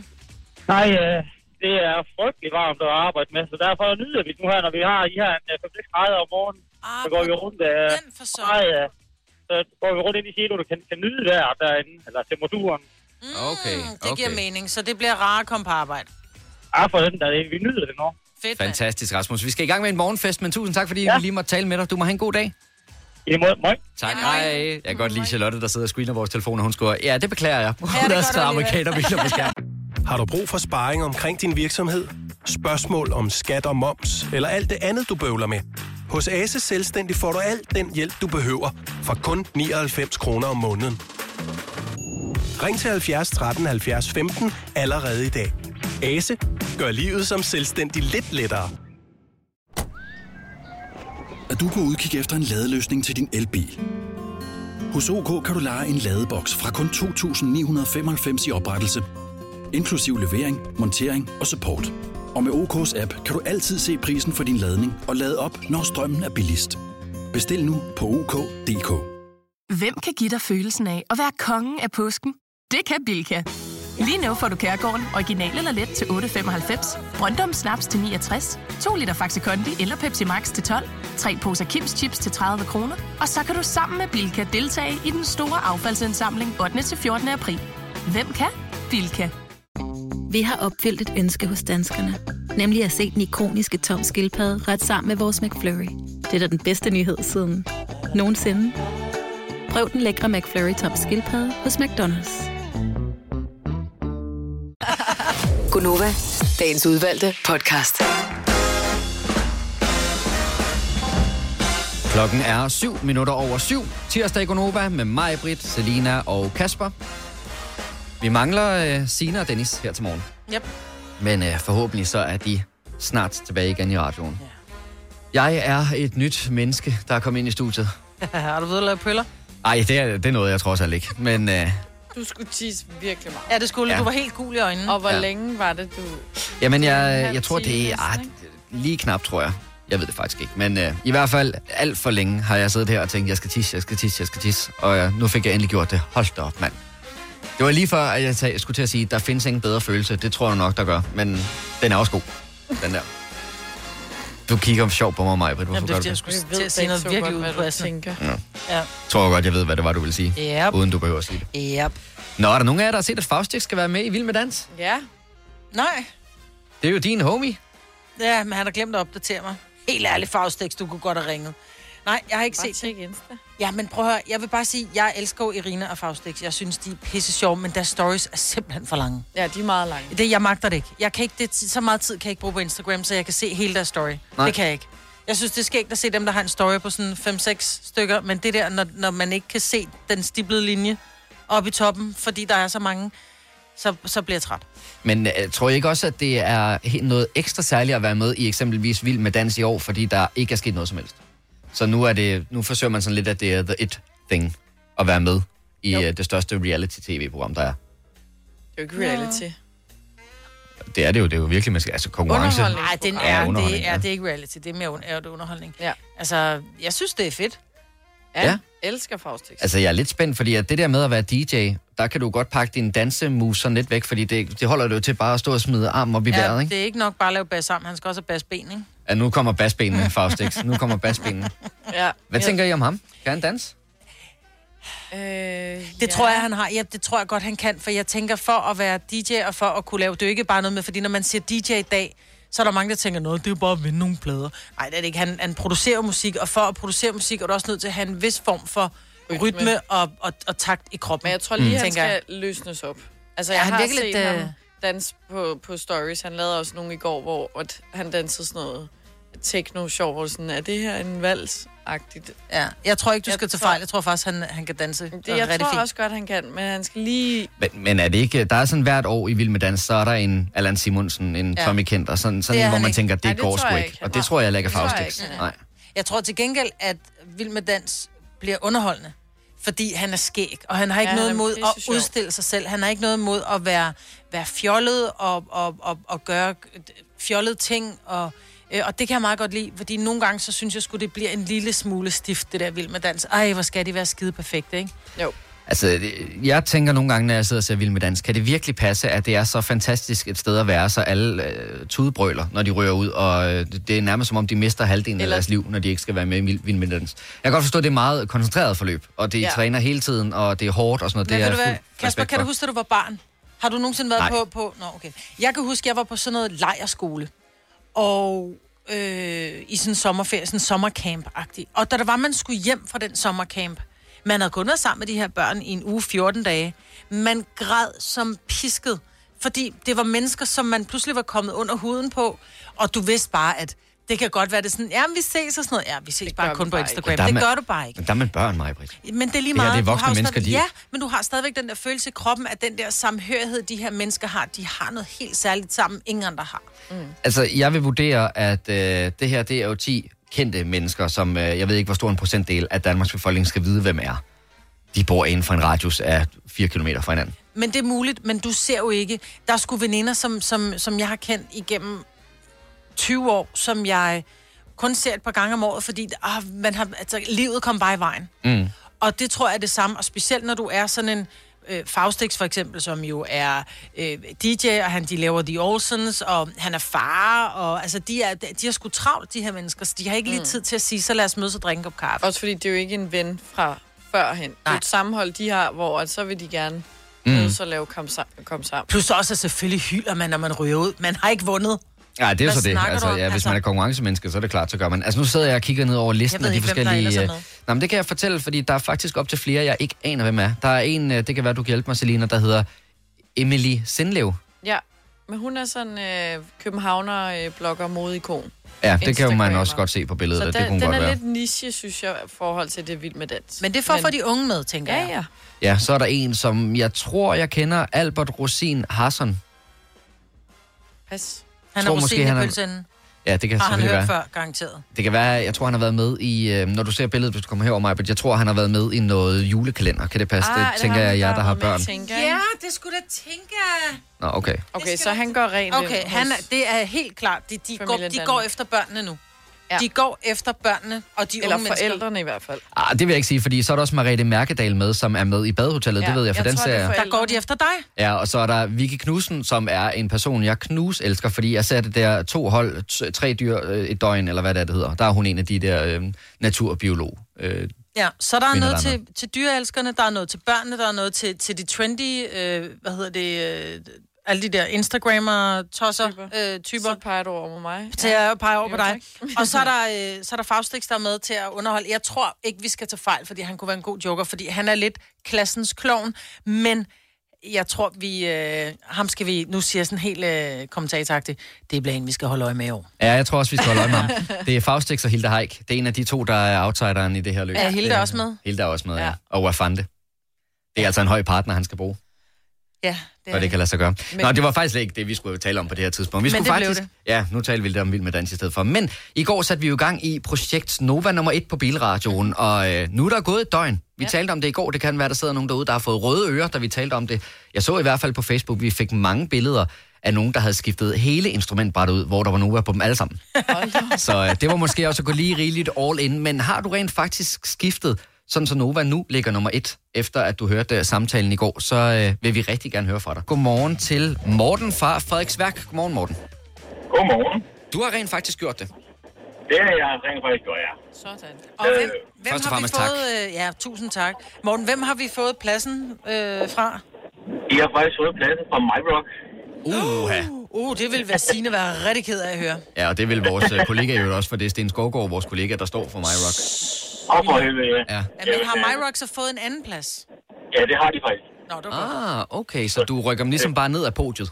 S11: Nej, øh, det er frygtelig varmt at arbejde med, så derfor nyder vi nu her, når vi har de her en, øh, 5-6 grader om morgenen.
S2: Ah,
S11: så går vi rundt øh, nej, øh, så går vi rundt ind i siloen og kan, kan nyde der derinde, eller temperaturen.
S1: Okay,
S2: Mm, det giver mening, så det bliver rart at komme på arbejde.
S11: Ja, for den der, det- vi nyder det nu.
S2: Fedt, mand.
S1: Fantastisk, Rasmus. Vi skal i gang med en morgenfest, men tusind tak, fordi ja.
S2: Ja.
S1: vi lige måtte tale med dig. Du må have en god dag.
S11: I måde, moi.
S1: Tak, hej. Jeg kan godt lide Charlotte, der sidder og screener vores telefon, og hun skriver, ja, det beklager jeg. Hun har skrevet amerikanerbiler på skærmen.
S7: Har du brug for sparring omkring din virksomhed? Spørgsmål om skat og moms, eller alt det andet, du bøvler med? Hos Ase Selvstændig får du alt den hjælp, du behøver, for kun 99 kroner om måneden. Ring til 70 13 70 15 allerede i dag. Ase gør livet som selvstændig lidt lettere.
S8: Er du på udkig efter en ladeløsning til din elbil? Hos OK kan du lege en ladeboks fra kun 2.995 i oprettelse, inklusiv levering, montering og support. Og med OK's app kan du altid se prisen for din ladning og lade op, når strømmen er billigst. Bestil nu på OK.dk.
S12: Hvem kan give dig følelsen af at være kongen af påsken? Det kan Bilka! Lige nu får du Kærgården original eller let til 8.95, Brøndum Snaps til 69, 2 liter Faxi Kondi eller Pepsi Max til 12, 3 poser Kims Chips til 30 kroner, og så kan du sammen med Bilka deltage i den store affaldsindsamling 8. til 14. april. Hvem kan? Bilka.
S13: Vi har opfyldt et ønske hos danskerne. Nemlig at se den ikoniske tom skildpadde ret sammen med vores McFlurry. Det er da den bedste nyhed siden nogensinde. Prøv den lækre McFlurry tom skildpadde hos McDonald's.
S5: Gunova, dagens udvalgte podcast.
S1: Klokken er 7 minutter over 7. Tirsdag i Gonova med mig, Britt, Selina og Kasper. Vi mangler øh, Sina og Dennis her til morgen.
S2: Yep.
S1: Men øh, forhåbentlig så er de snart tilbage igen i radioen. Jeg er et nyt menneske, der er kommet ind i studiet.
S2: Har du ved at lave pøller?
S1: Ej, det er, det er noget, jeg trods alt ikke. Men øh,
S3: Du skulle tisse virkelig meget.
S2: Ja, det skulle.
S1: Ja.
S2: Du var helt gul i øjnene.
S3: Og hvor
S1: Ja.
S3: ja. længe var det, du...
S1: Jamen, jeg,
S3: halv
S1: jeg tror,
S3: time
S1: det er
S3: næsten,
S1: ah, lige knap, tror jeg. Jeg ved det faktisk ikke. Men øh, i hvert fald alt for længe har jeg siddet her og tænkt, jeg skal tisse, jeg skal tisse, jeg skal tisse. Og øh, nu fik jeg endelig gjort det. Hold da op, mand. Det var lige før, at jeg, sag, jeg skulle til at sige, der findes ingen bedre følelse. Det tror jeg nok, der gør. Men den er også god, den der. Du kigger sjovt på mig, Maja. Hvorfor
S2: Jamen, det er
S1: gør
S2: fordi,
S1: du
S2: jeg
S1: det?
S2: skulle
S3: Vi ved
S2: til at sige
S3: begge
S2: noget
S3: to
S2: virkelig
S3: godt, hvad du
S2: udpressende.
S1: Nå.
S2: Ja.
S1: tror godt, jeg ved, hvad det var, du ville sige.
S2: Yep.
S1: Uden du behøver at sige det.
S2: Yep.
S1: Nå, er der nogen af jer, der har set, at Faustix skal være med i Vild med Dans?
S3: Ja.
S2: Nej.
S1: Det er jo din homie.
S2: Ja, men han har glemt at opdatere mig. Helt ærligt, Faustix, du kunne godt have ringet. Nej, jeg har ikke
S3: Bare
S2: set
S3: tjek
S2: det.
S3: Insta.
S2: Ja, men prøv at høre. Jeg vil bare sige, jeg elsker jo Irina og Faustix. Jeg synes, de er pisse sjove, men deres stories er simpelthen for lange.
S3: Ja, de er meget lange.
S2: Det, jeg magter det ikke. Jeg kan ikke det, så meget tid kan jeg ikke bruge på Instagram, så jeg kan se hele deres story.
S3: Nej.
S2: Nej. Det kan jeg ikke. Jeg synes, det skal ikke at se dem, der har en story på sådan 5-6 stykker, men det der, når, når man ikke kan se den stiplede linje oppe i toppen, fordi der er så mange, så, så bliver jeg træt.
S1: Men øh, tror I ikke også, at det er he- noget ekstra særligt at være med i eksempelvis Vild med Dans i år, fordi der ikke er sket noget som helst? Så nu, er det, nu forsøger man sådan lidt, at det er the it thing at være med i øh, det største reality-tv-program, der er.
S3: Det er jo ikke reality.
S1: Det er det jo, det er jo virkelig, man skal, altså konkurrence.
S2: Nej, den er, det,
S1: underholdning,
S2: er,
S1: ja.
S2: det er ikke reality. Det er mere un- er det underholdning. Ja. Altså, jeg synes, det er fedt.
S1: Ja, Ja.
S3: elsker Faustix.
S1: Altså, jeg er lidt spændt, fordi at det der med at være DJ, der kan du godt pakke din dansemus sådan lidt væk, fordi det, det holder du jo til bare at stå og smide arm op i vejret, ikke?
S2: det er ikke nok bare at lave bas sammen. Han skal også have basben, ikke?
S1: Ja, nu kommer basbenene, Faustix. Nu kommer basbenene.
S3: Ja.
S1: Hvad tænker I om ham? Kan han danse?
S3: Øh, det
S2: Det ja. tror jeg, han har. Ja, det tror jeg godt, han kan, for jeg tænker, for at være DJ og for at kunne lave, det er jo ikke bare noget med, fordi når man siger DJ i dag, så er der mange, der tænker, noget, det er jo bare at vinde nogle plader. Nej, det er det ikke. Han, han producerer musik, og for at producere musik, er du også nødt til at have en vis form for rytme, rytme og, og, og, takt i kroppen. Men jeg
S3: tror lige, mm. han skal løsnes op. Altså, jeg
S2: Ja,
S3: ja,
S2: han
S3: har
S2: virkelig,
S3: virkelig, set
S2: øh,
S3: ham danse på, på stories. Han lavede også nogle i går, hvor at han dansede sådan noget techno-sjov, hvor sådan, er det her en vals-agtigt?
S2: Ja, jeg tror ikke, du skal tage fejl. Jeg tror faktisk, han, han kan danse. Det,
S3: Det, jeg tror også godt, han kan, men han skal lige...
S1: Men, men er det ikke... Der er sådan hvert år i Vild med Dans, så er der en Allan Simonsen, en
S2: Ja.
S1: ja. Tommy Kent, og sådan, sådan
S2: Det er
S1: en, hvor
S2: han
S1: man
S2: ikke.
S1: tænker, det,
S2: Nej,
S1: Nej, det
S2: det
S1: går
S2: tror
S1: sgu
S2: jeg
S1: ikke.
S2: ikke.
S1: Og det tror jeg heller ikke er
S2: Det tror jeg
S1: Faustix.
S2: ikke.
S1: Nej.
S2: Jeg tror til gengæld, at Vild med Dans bliver underholdende, fordi han er skæg, og han har ikke
S3: Ja,
S2: ja, noget
S3: han er
S2: imod at
S3: pissesjov.
S2: udstille sig selv. Han har ikke noget imod at være, være fjollet og, og, og, og gøre øh, fjollede ting, og, øh, og det kan jeg meget godt lide, fordi nogle gange, så synes jeg sgu, det bliver en lille smule stift, det der Vild med Dans. Ej, hvor skal de være skide perfekte, ikke?
S3: Jo.
S1: Altså, det- jeg tænker nogle gange, når jeg sidder og ser Vild med Dans, kan det virkelig passe, at det er så fantastisk et sted at være, så alle øh, tudebrøler, når de rører ud, og øh, det er nærmest som om, de mister halvdelen Eller...
S3: Eller-
S1: af deres liv, når de ikke skal være med i Vild Vild med Dans. Jeg kan godt forstå, at det er meget koncentreret forløb, og det
S2: Ja.
S1: ja. træner hele tiden, og det er hårdt og sådan noget.
S2: Men
S1: det
S2: ved
S1: er
S2: du
S1: jeg
S2: hvad,
S1: fuld
S2: Kasper,
S1: respekt
S2: kan du
S1: for.
S2: huske, da du var barn? Har du nogensinde været
S1: Nej.
S2: på, på... Nå, okay. Jeg kan huske, jeg var på sådan noget lejerskole. Og øh, i sådan en sommerferie, sådan en sommercamp-agtig. Og da der var, man skulle hjem fra den sommercamp, man havde kun været sammen med de her børn i en uge 14 dage. Man græd som pisket, fordi det var mennesker, som man pludselig var kommet under huden på. Og du vidste bare, at det kan godt være, det er sådan, ja, vi ses og sådan noget. Ja, vi ses bare kun på Instagram.
S1: er
S2: Det
S1: man-
S2: gør du bare ikke.
S1: Men der er man børn, mig, Britt.
S2: Men det er lige
S1: Det her,
S2: meget.
S1: det er
S2: Du
S1: voksne
S2: har jo
S1: mennesker,
S2: stadig-
S1: de-
S2: Ja, men du har stadigvæk den der følelse i kroppen, at den der samhørighed, de her mennesker har, de har noget helt særligt sammen, ingen andre har. Mm.
S1: Altså, jeg vil vurdere, at øh, det her, det er jo 10 kendte mennesker, som øh, jeg ved ikke, hvor stor en procentdel af Danmarks befolkning skal vide, hvem er. De bor inden for en radius af 4 km fra hinanden.
S2: Men det er muligt, men du ser jo ikke. Der er sgu veninder, som, som, som jeg har kendt igennem 20 år, som jeg kun ser et par gange om året, fordi ah, man har, altså, livet kom bare i vejen.
S14: Mm.
S2: Og det tror jeg er det samme, og specielt når du er sådan en øh, Faustix for eksempel, som jo er øh, DJ, og han de laver The Olsens, og han er far, og altså de, er, de har sgu travlt, de her mennesker, så de har ikke lige
S3: Mm.
S2: tid til at sige, så lad os mødes og drikke en kop kaffe.
S3: Også fordi det er jo ikke en ven fra førhen. Det er jo
S2: Nej.
S3: et sammenhold, de har, hvor at så vil de gerne
S1: Mm.
S3: mm. så lave kom, sam- kom sammen.
S2: Plus også selvfølgelig hylder man, når man ryger ud. Man har ikke vundet.
S1: Ja, det er jo
S2: Hvad
S1: så det.
S2: snakker
S1: Altså,
S2: du om?
S1: ja, hvis
S2: Altså-
S1: altså... man er konkurrencemenneske, så er det klart, så gør man. Altså, nu sidder jeg og kigger ned over listen
S2: ved
S1: af de
S2: ikke, hvem der
S1: forskellige...
S2: ellers er
S1: øh,
S2: med.
S1: Nå, men det kan jeg fortælle, fordi der er faktisk op til flere, jeg ikke aner, hvem er. Der er en, øh, det kan være, du kan hjælpe mig, Selina, der hedder Emily Sindlev.
S3: Ja, men hun er sådan øh, københavner øh, blogger modikon.
S1: Ja, det kan jo man også godt se på billedet,
S3: Så
S1: at
S3: den,
S1: det kunne hun
S3: den
S1: godt
S3: er
S1: være.
S3: lidt niche, synes jeg, i forhold til det vild med dans.
S2: Men det er for at få de unge med, tænker
S3: ja,
S2: jeg.
S3: Ja, ja.
S1: Ja, så er der en, som jeg tror, jeg kender, Albert Rosin Hassan.
S3: Pas.
S2: Han er
S1: Tror måske,
S2: rosin
S1: han
S2: i
S1: er-
S2: pølseenden.
S1: Ja, det kan
S2: Har han
S1: selvfølgelig
S2: hørt
S1: være.
S2: før, garanteret.
S1: Det kan være, jeg tror, han har været med i, øh, når du ser billedet, hvis du kommer herover mig, men jeg tror, han har været med i noget julekalender. Kan det passe? Ah, det,
S2: er
S1: tænker
S2: ham,
S1: jeg, jer, der har
S2: med
S1: børn.
S3: tænker,
S2: Ja, det skulle da tænke.
S1: Nå, okay.
S3: Okay, så han går rent ind
S2: Okay,
S3: hos
S2: han er, det er helt klart. De, de, går,
S3: Familien
S2: de går
S3: Danmark.
S2: efter børnene nu. Ja. De går efter børnene og de
S3: Eller
S2: unge mennesker.
S3: forældrene i hvert fald.
S1: Ah, det vil jeg ikke sige, fordi så er der også Mariette Mærkedal med, som er med i Badehotellet. Ja, det ved jeg, for den ser jeg.
S2: Der går de efter dig.
S1: Ja, og så er der Vicky Knudsen, som er en person, jeg knus elsker, fordi jeg ser det der to hold, t- tre dyr øh, et døgn, eller hvad det, er, det hedder. Der er hun en af de der øh, naturbiolog. Øh,
S2: Ja, så der er
S1: Vinder
S2: noget
S1: der er
S2: til, til dyreelskerne, der er noget til børnene, der er noget til, til de trendy, øh, hvad hedder det, øh, alle de der Instagrammer-tosser, øh, typer. Så
S3: peger du over mig.
S2: Til at pege over på dig. og så er der, øh, så er der Faustix, der er med til at underholde. Jeg tror ikke, vi skal tage fejl, fordi han kunne være en god joker, fordi han er lidt klassens klovn, men jeg tror, vi... Øh, ham skal vi... Nu siger jeg sådan helt øh, kommentatoragtigt. Det bliver en, vi skal holde øje med i år.
S1: Ja, jeg tror også, vi skal holde øje med ham. Det er Faustix og Hilda Heik. Det er en af de to, der er outsideren i det her løb. Øh.
S2: Er Hilda
S1: Det
S2: også med?
S1: Hilda er også med, ja. Og Wafande. Det er altså en høj partner, han skal bruge,
S2: Ja,
S1: for det kan lade sig gøre.
S2: Men-
S1: Nå, det var faktisk ikke det, vi skulle tale om på det her tidspunkt. Vi
S2: Men
S1: skulle
S2: det blev
S1: faktisk... Ja, nu taler vi lidt om Vild med Dans i stedet for. Men i går satte vi jo i gang i projekt Nova nummer 1 på Bilradioen, og øh, nu er der gået et døgn. Vi ja. talte om det i går. Det kan være, der sidder nogen derude, der har fået røde ører, da vi talte om det. Jeg så i hvert fald på Facebook, vi fik mange billeder af nogen, der havde skiftet hele instrumentbrættet ud, hvor der var Nova på dem alle sammen. så øh, det var måske også at gå lige rigeligt all in. Men har du rent faktisk skiftet, sådan så Nova nu ligger nummer et, efter at du hørte øh, samtalen i går, så øh, vil vi rigtig gerne høre fra dig. Godmorgen til Morten fra Frederiksværk. Godmorgen, Morten.
S14: Godmorgen.
S1: Du har rent faktisk gjort det.
S14: Det har jeg rent faktisk gjort, ja.
S2: Sådan. Og
S15: Øh,
S2: hvem, hvem
S1: Først og
S2: har vi
S1: fremmest
S2: fået... Øh, ja, tusind tak. Morten, hvem har vi fået pladsen øh, fra?
S14: I har faktisk fået pladsen fra MyRock.
S1: Uha.
S2: Uh, det vil være Signe være rigtig ked af at høre.
S1: Ja, og det vil vores øh, kollega jo også, for det er Sten Skovgaard, vores kollega, der står for MyRock.
S14: Og for helvede, ja.
S1: ja.
S2: Ja, men har MyRock så fået en anden plads?
S14: Ja, det har de faktisk.
S2: Nå, det var godt.
S1: Ah, okay, så du rykker dem ligesom bare ned af podiet.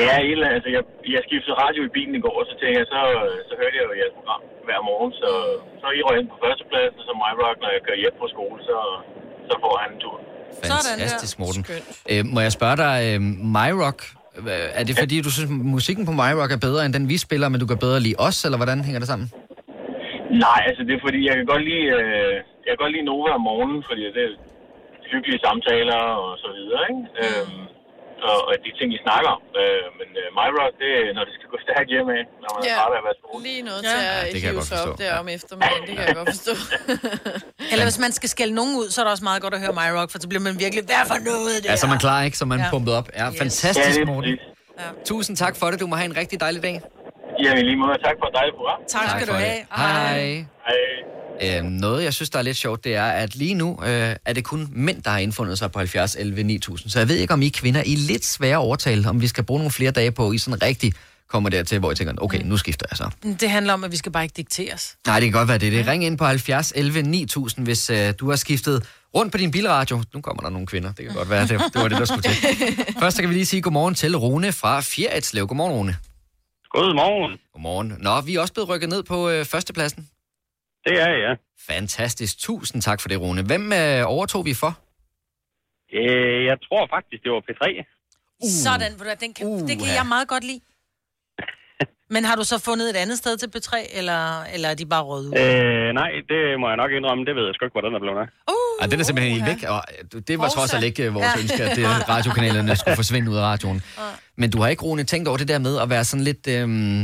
S14: Ja, et eller andet. altså, jeg, jeg skiftede radio i bilen i går, og så tænkte jeg, så, så hørte jeg jo jeres program hver morgen, så, så I røg ind på førstepladsen, og så MyRock, når jeg kører hjem fra skole, så, så får han en tur.
S1: Fantastisk, Morten. Æ, må jeg spørge dig, øh, MyRock, øh, er det fordi, du synes, musikken på MyRock er bedre end den, vi spiller, men du kan bedre lide os, eller hvordan hænger det sammen?
S14: Nej, altså det er fordi, jeg kan godt lide, øh, jeg kan godt lide Nova om morgenen, fordi det er hyggelige samtaler og så videre, ikke? Øhm, og, og de ting, I snakker om. Øh, men øh, MyRock, det er, når det skal gå stærkt hjemme, når man er træt af at være skole.
S3: Lige noget til at
S14: det kan jeg
S3: hive
S14: godt
S3: sig op
S14: forstå.
S3: der om eftermiddagen, det kan jeg godt forstå.
S2: Eller hvis man skal skælde nogen ud, så er det også meget godt at høre MyRock, for så bliver man virkelig, hvad for noget det
S1: Ja, så er Altså, man
S2: er?"
S1: klar, ikke? Så er man
S2: Ja.
S1: ja. pumpet op. Ja,
S2: Yes. Ja,
S1: fantastisk,
S2: det er
S1: Morten. Tusind tak for det. Du må have en rigtig dejlig dag.
S14: Jamen i lige måde, tak for et dejligt program.
S2: Tak
S1: for
S2: skal du
S1: det.
S2: have.
S1: Hej.
S14: Hej.
S1: Øhm, noget, jeg synes, der er lidt sjovt, det er, at lige nu øh, er det kun mænd, der har indfundet sig på 70, 11, 9000. Så jeg ved ikke, om I kvinder I er lidt svære at overtale, om vi skal bruge nogle flere dage på, at I sådan rigtig kommer dertil, hvor I tænker, okay, nu skifter jeg så.
S2: Det handler om, at vi skal bare ikke dikteres.
S1: Nej, det kan godt være det. er det. Ring ind på 70 11 9000, hvis øh, du har skiftet rundt på din bilradio. Nu kommer der nogle kvinder, det kan godt være, det, det var det, der skulle til. Først så kan vi lige sige godmorgen til Rune fra Fjerritslev. Godmorgen, Rune.
S15: Godmorgen.
S1: Godmorgen. Nå, vi er også blevet rykket ned på øh, førstepladsen.
S15: Det er jeg.
S1: Fantastisk. Tusind tak for det, Rune. Hvem øh, overtog vi for?
S15: Øh, jeg tror faktisk, det var P3.
S2: Uh. Sådan, ved du hvad, den kan, uh, det kan
S1: ja.
S2: jeg meget godt lide. Men har du så fundet et andet sted til B3, eller, eller er de bare røde ud?
S15: Øh, nej, det må jeg nok indrømme. Det ved jeg sgu ikke, hvordan der blev af.
S1: Uh, Ej, den er simpelthen helt væk, og øh, det var
S15: Hovsa.
S1: trods alt ikke øh, vores
S15: Ja.
S1: ønske, at det, radiokanalerne skulle forsvinde ud af radioen. Men du har ikke, Rune, tænkt over det der med at være sådan lidt, øhm,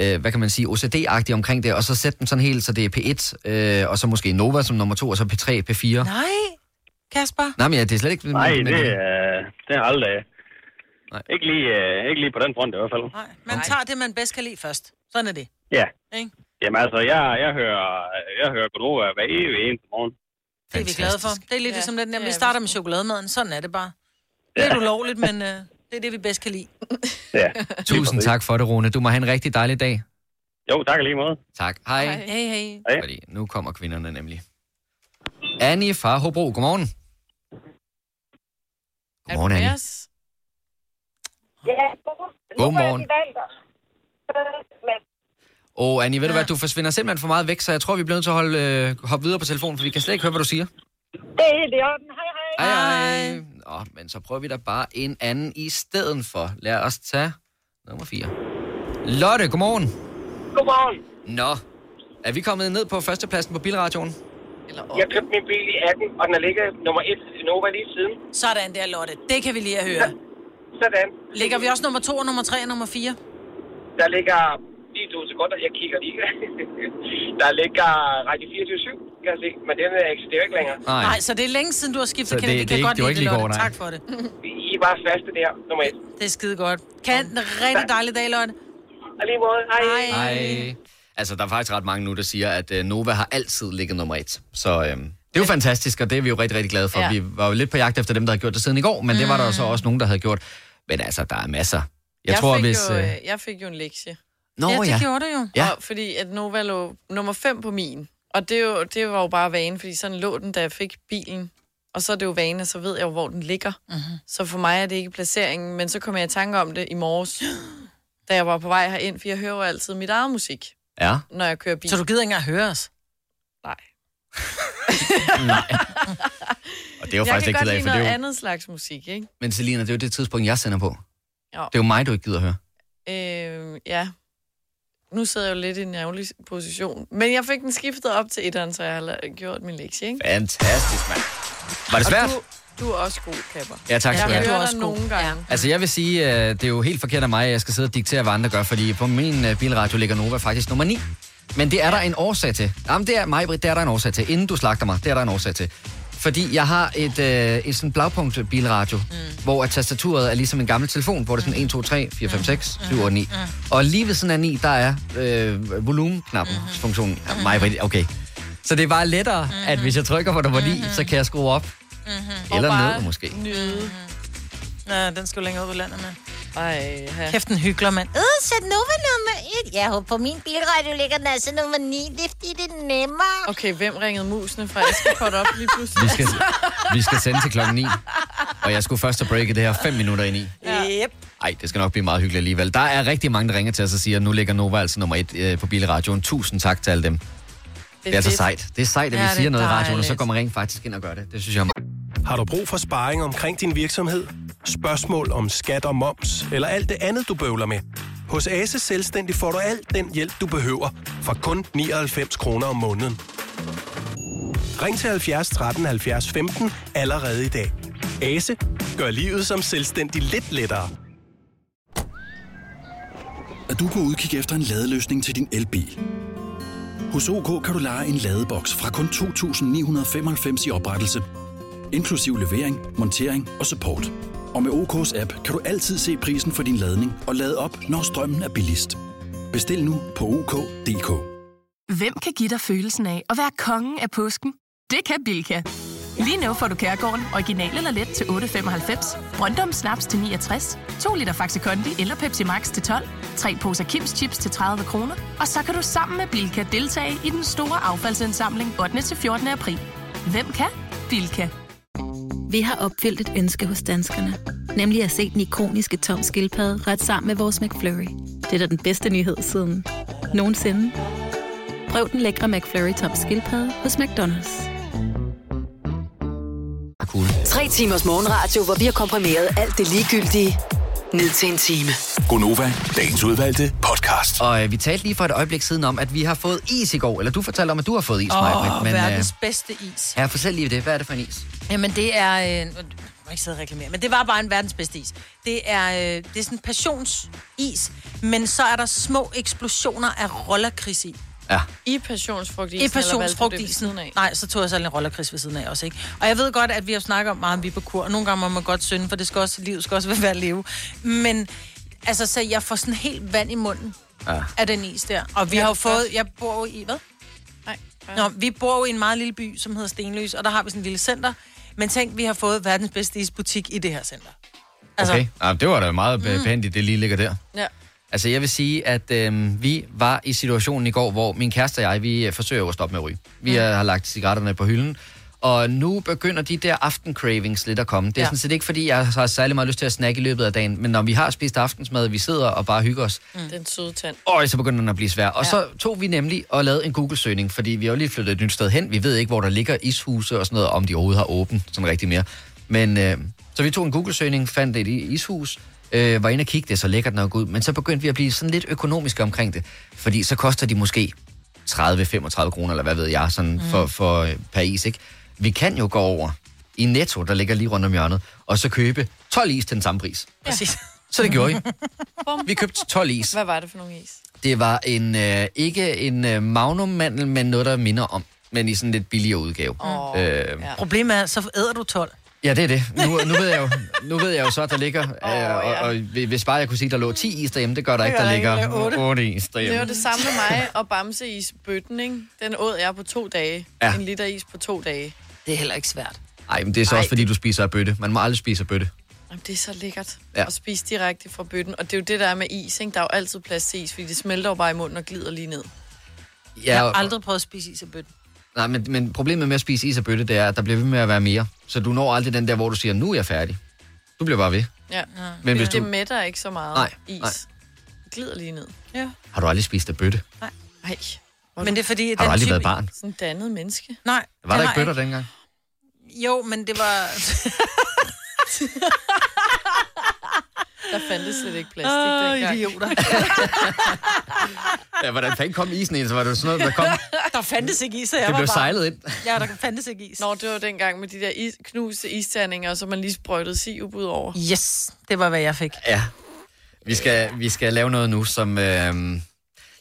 S1: øh, hvad kan man sige, OCD-agtig omkring det, og så sætte dem sådan helt, så det er P1, øh, og så måske Nova som nummer to, og så P3, P4. Nej,
S2: Nej, Kasper.
S1: Nej men ja, det er slet ikke...
S15: Nej,
S1: men,
S15: det, øh, det er aldrig...
S1: Nej.
S15: Ikke, lige, øh, ikke lige på den front i hvert fald.
S2: Nej. Man tager det, man bedst kan lide først. Sådan er det.
S15: Ja.
S2: Ikke?
S15: Jamen altså, jeg, jeg hører, øh, jeg hører Godova hver evig eneste morgen.
S2: Det er vi glade for. Det er lidt ligesom det, nemt. Vi starter med chokolademaden. Sådan er det bare. Det er ulovligt, men øh, det er det, vi bedst kan lide.
S15: Ja.
S1: Tusind tak for det, Rune. Du må have en rigtig dejlig dag.
S15: Jo, tak lige måde.
S1: Tak. Hej. Hej.
S2: Hey, hey.
S1: Fordi nu kommer kvinderne nemlig. Annie fra Hobro, godmorgen. Godmorgen, Annie.
S16: Ja,
S1: Godmorgen.
S16: Nu er de valgt. Men
S1: Åh, oh, Annie, ved du hvad, du forsvinder simpelthen for meget væk, så jeg tror, vi bliver nødt til at holde, øh, hoppe videre på telefonen, for vi kan slet ikke høre, hvad du siger.
S16: det er helt i orden. Hej, hej.
S1: Hej, hej. Nå, men så prøver vi da bare en anden i stedet for. Lad os tage nummer 4. Lotte, godmorgen.
S17: Godmorgen.
S1: Nå, er vi kommet ned på førstepladsen på bilradioen?
S17: Jeg købte min bil i 18, og den har ligget nummer 1 i Nova lige siden.
S2: Sådan der, Lotte. Det kan vi lige at høre.
S17: Sådan.
S2: Ligger vi også nummer 2, og nummer 3 og nummer 4?
S17: Der ligger... Lige to sekunder, jeg kigger lige. der ligger Radio 24-7, kan jeg se. Men den øh, eksisterer ikke længere.
S1: Nej.
S2: Nej, så det er længe siden, du har skiftet
S17: Så
S2: kanal.
S17: det-
S2: Vi
S17: det er
S2: kan
S17: ikke-
S2: godt
S17: det
S2: lide
S17: var ikke
S2: det,
S17: lige
S2: Lotte.
S17: går, nej.
S2: Tak for det.
S17: I er bare faste der, nummer 1.
S2: Det er skide godt. Kan en rigtig dejlig dag, Lotte.
S17: Og lige måde. Hej.
S1: Hej. Altså, der er faktisk ret mange nu, der siger, at øh, Nova har altid ligget nummer et. Så øhm, det er jo fantastisk, og det er vi jo rigtig, rigtig glade for.
S2: Ja.
S1: Ja. Vi var jo lidt på jagt efter dem, der havde gjort det siden i går, men mm. det var der jo så også nogen, der havde gjort. Men altså, der er masser. Jeg,
S3: Jeg,
S1: jeg tror,
S3: fik
S1: hvis...
S3: Jo,
S1: øh,
S3: øh, jeg fik jo en lektie.
S1: Nå, Ja, det ja. gjorde
S2: du jo.
S1: Ja.
S3: Og, fordi at Nova lå nummer 5 på min. Og det, er jo, det var jo bare vane, fordi sådan lå den, da jeg fik bilen. Og så er det jo vane, og så ved jeg jo, hvor den ligger.
S2: Mhm.
S3: Så for mig er det ikke placeringen, men så kom jeg i tanke om det i morges, da jeg var på vej herind, for jeg hører jo altid mit eget musik,
S1: Ja.
S3: når jeg kører bil.
S2: Så du gider ikke engang høre os?
S3: Nej.
S1: Og det er jo
S3: jeg
S1: faktisk
S3: kan
S1: ikke til
S3: godt
S1: af,
S3: lide
S1: for det
S3: noget
S1: er jo...
S3: andet slags musik, ikke?
S1: Men Selina, det er jo det tidspunkt, jeg sender på.
S3: Jo.
S1: Det er jo mig, du ikke gider høre.
S3: Øh, ja. Nu sidder jeg jo lidt i en ærgerlig position. Men jeg fik den skiftet op til etteren, så jeg har la- gjort min lektie, ikke?
S1: Fantastisk, mand. Var det svært?
S3: Og du, du er også god, Kapper.
S1: Ja, tak skal du
S3: jeg
S1: have.
S3: hører
S1: Du er
S3: dig
S1: også god.
S3: nogle gange. Ja.
S1: Altså, jeg vil sige, øh, det er jo helt forkert af mig, at jeg skal sidde og diktere, hvad andre gør, fordi på min øh, bilradio ligger Nova faktisk nummer 9. Men det er der en årsag til. Jamen, det er mig, Britt, det er der en årsag til. Inden du slagter mig, det er der en årsag til. Fordi jeg har et, øh, et sådan blaupunkt bilradio, mm. hvor at tastaturet er ligesom en gammel telefon, hvor det er sådan 1, 2, 3, 4, 5, 6, 7, 8, 9. Og lige ved sådan af 9, der er øh, volumenknappen, funktionen. Ja, mig, Britt, okay. Så det er bare lettere, at hvis jeg trykker på nummer 9, så kan jeg skrue op.
S2: Mm-hmm.
S1: Eller ned, måske.
S3: Nyde.
S17: Mm-hmm.
S2: Ja, den skal jo længere ud i landet med.
S3: Ej, ja.
S2: Kæft, den hygler, mand.
S18: Øh, så Nova nummer 1. Jeg håber, på min bilradio ligger den altså nummer 9. Det er fordi, det er nemmere.
S3: Okay, hvem ringede musene fra Eskipot op lige pludselig?
S1: Vi skal, vi skal sende til klokken 9. Og jeg skulle først have breaket det her 5 minutter ind i.
S2: Ja. Yep.
S1: Ej, det skal nok blive meget hyggeligt alligevel. Der er rigtig mange, der ringer til os og siger, at nu ligger Nova altså nummer 1 øh, på bilradioen. Tusind tak til alle dem. Det er, det er altså
S7: fedt.
S1: sejt. Det er sejt, at
S7: Ja,
S1: vi
S7: det er
S1: siger noget i radioen, og
S7: dejligt.
S1: så går man rent faktisk ind og gør det. Det synes jeg er meget-
S7: Har du brug for sparring omkring din virksomhed? Spørgsmål om skat og moms, eller alt det andet, du bøvler med? Hos Ase Selvstændig får du alt den hjælp, du behøver, for kun 99 kroner om måneden. Ring til 70 13 70 15 allerede i dag. Ase gør livet som selvstændig lidt lettere.
S8: Er du på udkig efter en ladeløsning til din elbil? Hos OK kan du lege en ladeboks fra kun 2.995 i oprettelse, inklusiv levering, montering og support. Og med OK's app kan du altid se prisen for din ladning og lade op, når strømmen er billigst. Bestil nu på OK.dk.
S12: Hvem kan give dig følelsen af at være kongen af påsken? Det kan Bilka. Lige nu får du Kærgården original eller let til 8.95, Brøndum Snaps til 69, 2 liter Faxi Kondi eller Pepsi Max til 12, 3 poser Kims Chips til 30 kroner, og så kan du sammen med Bilka deltage i den store affaldsindsamling 8. til 14. april. Hvem kan? Bilka.
S13: Vi har opfyldt et ønske hos danskerne. Nemlig at se den ikoniske tom skildpadde ret sammen med vores McFlurry. Det er da den bedste nyhed siden nogensinde. Prøv den lækre McFlurry tom skildpadde hos McDonald's.
S5: Tre timers morgenradio, hvor vi har komprimeret alt det ligegyldige ned til en time.
S1: Gonova, dagens udvalgte podcast. Og øh, vi talte lige for et øjeblik siden om, at vi har fået is i går. Eller du fortalte om, at du har fået is, Maja. øh,
S2: Åh, verdens bedste is.
S1: ja, fortæl lige det. Hvad er det for en is?
S2: Jamen, det er... Øh, nu må ikke sidde og reklamere, men det var bare en verdens bedste is. Det er, øh, det er sådan en passionsis, men så er der små eksplosioner af rollerkris i.
S1: Ja.
S3: I
S2: I
S3: passionsfrugtisen? eller valgte du det ved
S2: passionsfrugtisen.
S3: siden af?
S2: Nej, så tog jeg selv en rollerkris ved siden af også, ikke? Og jeg ved godt, at vi har snakket om meget om vi er på kur, og nogle gange må man godt synde, for det skal også, livet skal også være værd at leve. Men altså, så jeg får sådan helt vand i munden
S1: Ja.
S2: af den is der. Og vi
S3: Ja,
S2: har jo
S3: godt.
S2: fået... Jeg bor jo i... Hvad? Nej. Nå, vi bor jo i en meget lille by, som hedder Stenløs, og der har vi sådan en lille center. Men tænk, vi har fået verdens bedste isbutik i det her center. Altså-
S1: Okay, ja, det var da meget øh,
S2: Mm.
S1: behændigt, det lige ligger der.
S3: Ja.
S1: Altså, jeg vil sige, at øh, vi var i situationen i går, hvor min kæreste og jeg, vi øh, forsøger jo at stoppe med at ryge. Vi øh, har lagt cigaretterne på hylden, og nu begynder de der aftencravings lidt at komme. Det er
S2: Ja.
S1: ja. sådan set ikke, fordi jeg har særlig meget lyst til at snakke i løbet af dagen, men når vi har spist aftensmad, vi sidder og bare hygger os,
S3: Mm. Den søde tand.
S1: og så begynder den at blive svær. Og ja. så tog vi nemlig og lavede en Google-søgning, fordi vi har jo lige flyttet et nyt sted hen. Vi ved ikke, hvor der ligger ishuse og sådan noget, om de overhovedet har åbent sådan rigtig mere. Men øh, så vi tog en Google-søgning, fandt et i- ishus, øh, var inde og kigge det, er så lækkert nok ud. Men så begyndte vi at blive sådan lidt økonomiske omkring det, fordi så koster de måske 30-35 kroner, eller hvad ved jeg, sådan mm. for, for øh, per is, ikke? Vi kan jo gå over i Netto, der ligger lige rundt om hjørnet, og så købe 12 is til den samme pris.
S2: Præcis.
S1: Så det gjorde vi. Vi købte 12 is.
S3: Hvad var det for nogle is?
S1: Det var en øh, ikke en øh, magnummandel, men noget, der minder om. Men i sådan lidt billigere udgave.
S3: Mm.
S2: Åh,
S1: øh,
S2: Ja. Problemet er, så æder du 12.
S1: ja, det er det. Nu, nu, ved jeg jo, nu ved jeg jo så, at der ligger... Øh, og, og, hvis bare jeg kunne sige, at der lå 10 is derhjemme, det gør der
S3: Det
S1: ikke,
S3: gør
S1: der
S3: der ikke,
S1: ligger
S3: der er otte.
S1: 8 is derhjemme.
S3: Det var det samme med mig og Bamse is bøtten, ikke? Den åd jeg på to dage.
S1: Ja.
S3: En liter is på to dage.
S2: Det er heller ikke svært.
S1: Ej, men det er så
S3: Ej.
S1: også, fordi du spiser af bøtte. Man må aldrig spise af bøtte.
S3: Jamen, det er så lækkert
S1: Ja.
S3: ja. at spise direkte fra bøtten. Og det er jo det, der er med is, ikke? Der er jo altid plads til is, fordi det smelter jo bare i munden og glider lige ned.
S1: Ja,
S2: Jeg har
S1: og-
S2: aldrig prøvet at spise is af bøtten.
S1: Nej, men, men problemet med at spise is og bøtte, det er, at der bliver ved med at være mere. Så du når aldrig den der, hvor du siger, nu er jeg færdig. Du bliver bare ved.
S3: Ja.
S1: Men
S3: Men
S1: hvis
S3: hvis
S1: du-
S3: det mætter ikke så meget
S1: Nej,
S3: is.
S1: nej.
S3: Det glider lige ned.
S2: Ja.
S1: Har du aldrig spist af bøtte?
S3: Nej.
S2: Men det er fordi... at
S1: Har du
S2: den
S1: aldrig
S2: type-
S1: været barn?
S3: Sådan et dannet menneske.
S2: Nej.
S1: Var der
S2: det
S1: ikke
S2: har jeg
S1: bøtter dengang?
S2: Jo, men det var...
S3: Der fandtes slet ikke plastik
S2: Åh,
S3: dengang.
S2: idioter.
S1: Ja, hvordan fanden kom isen ind? Så var det sådan noget, der kom...
S2: der fandtes ikke is, så jeg
S1: Det
S3: var
S1: blev
S3: bare-
S1: sejlet ind.
S2: Ja, der fandtes ikke is.
S3: Nå, det var dengang med de der is, knuste isterninger, og så man lige sprøjtede sirup ud over.
S2: Yes, det var, hvad jeg fik.
S1: Ja. Vi skal, vi skal lave noget nu, som øh,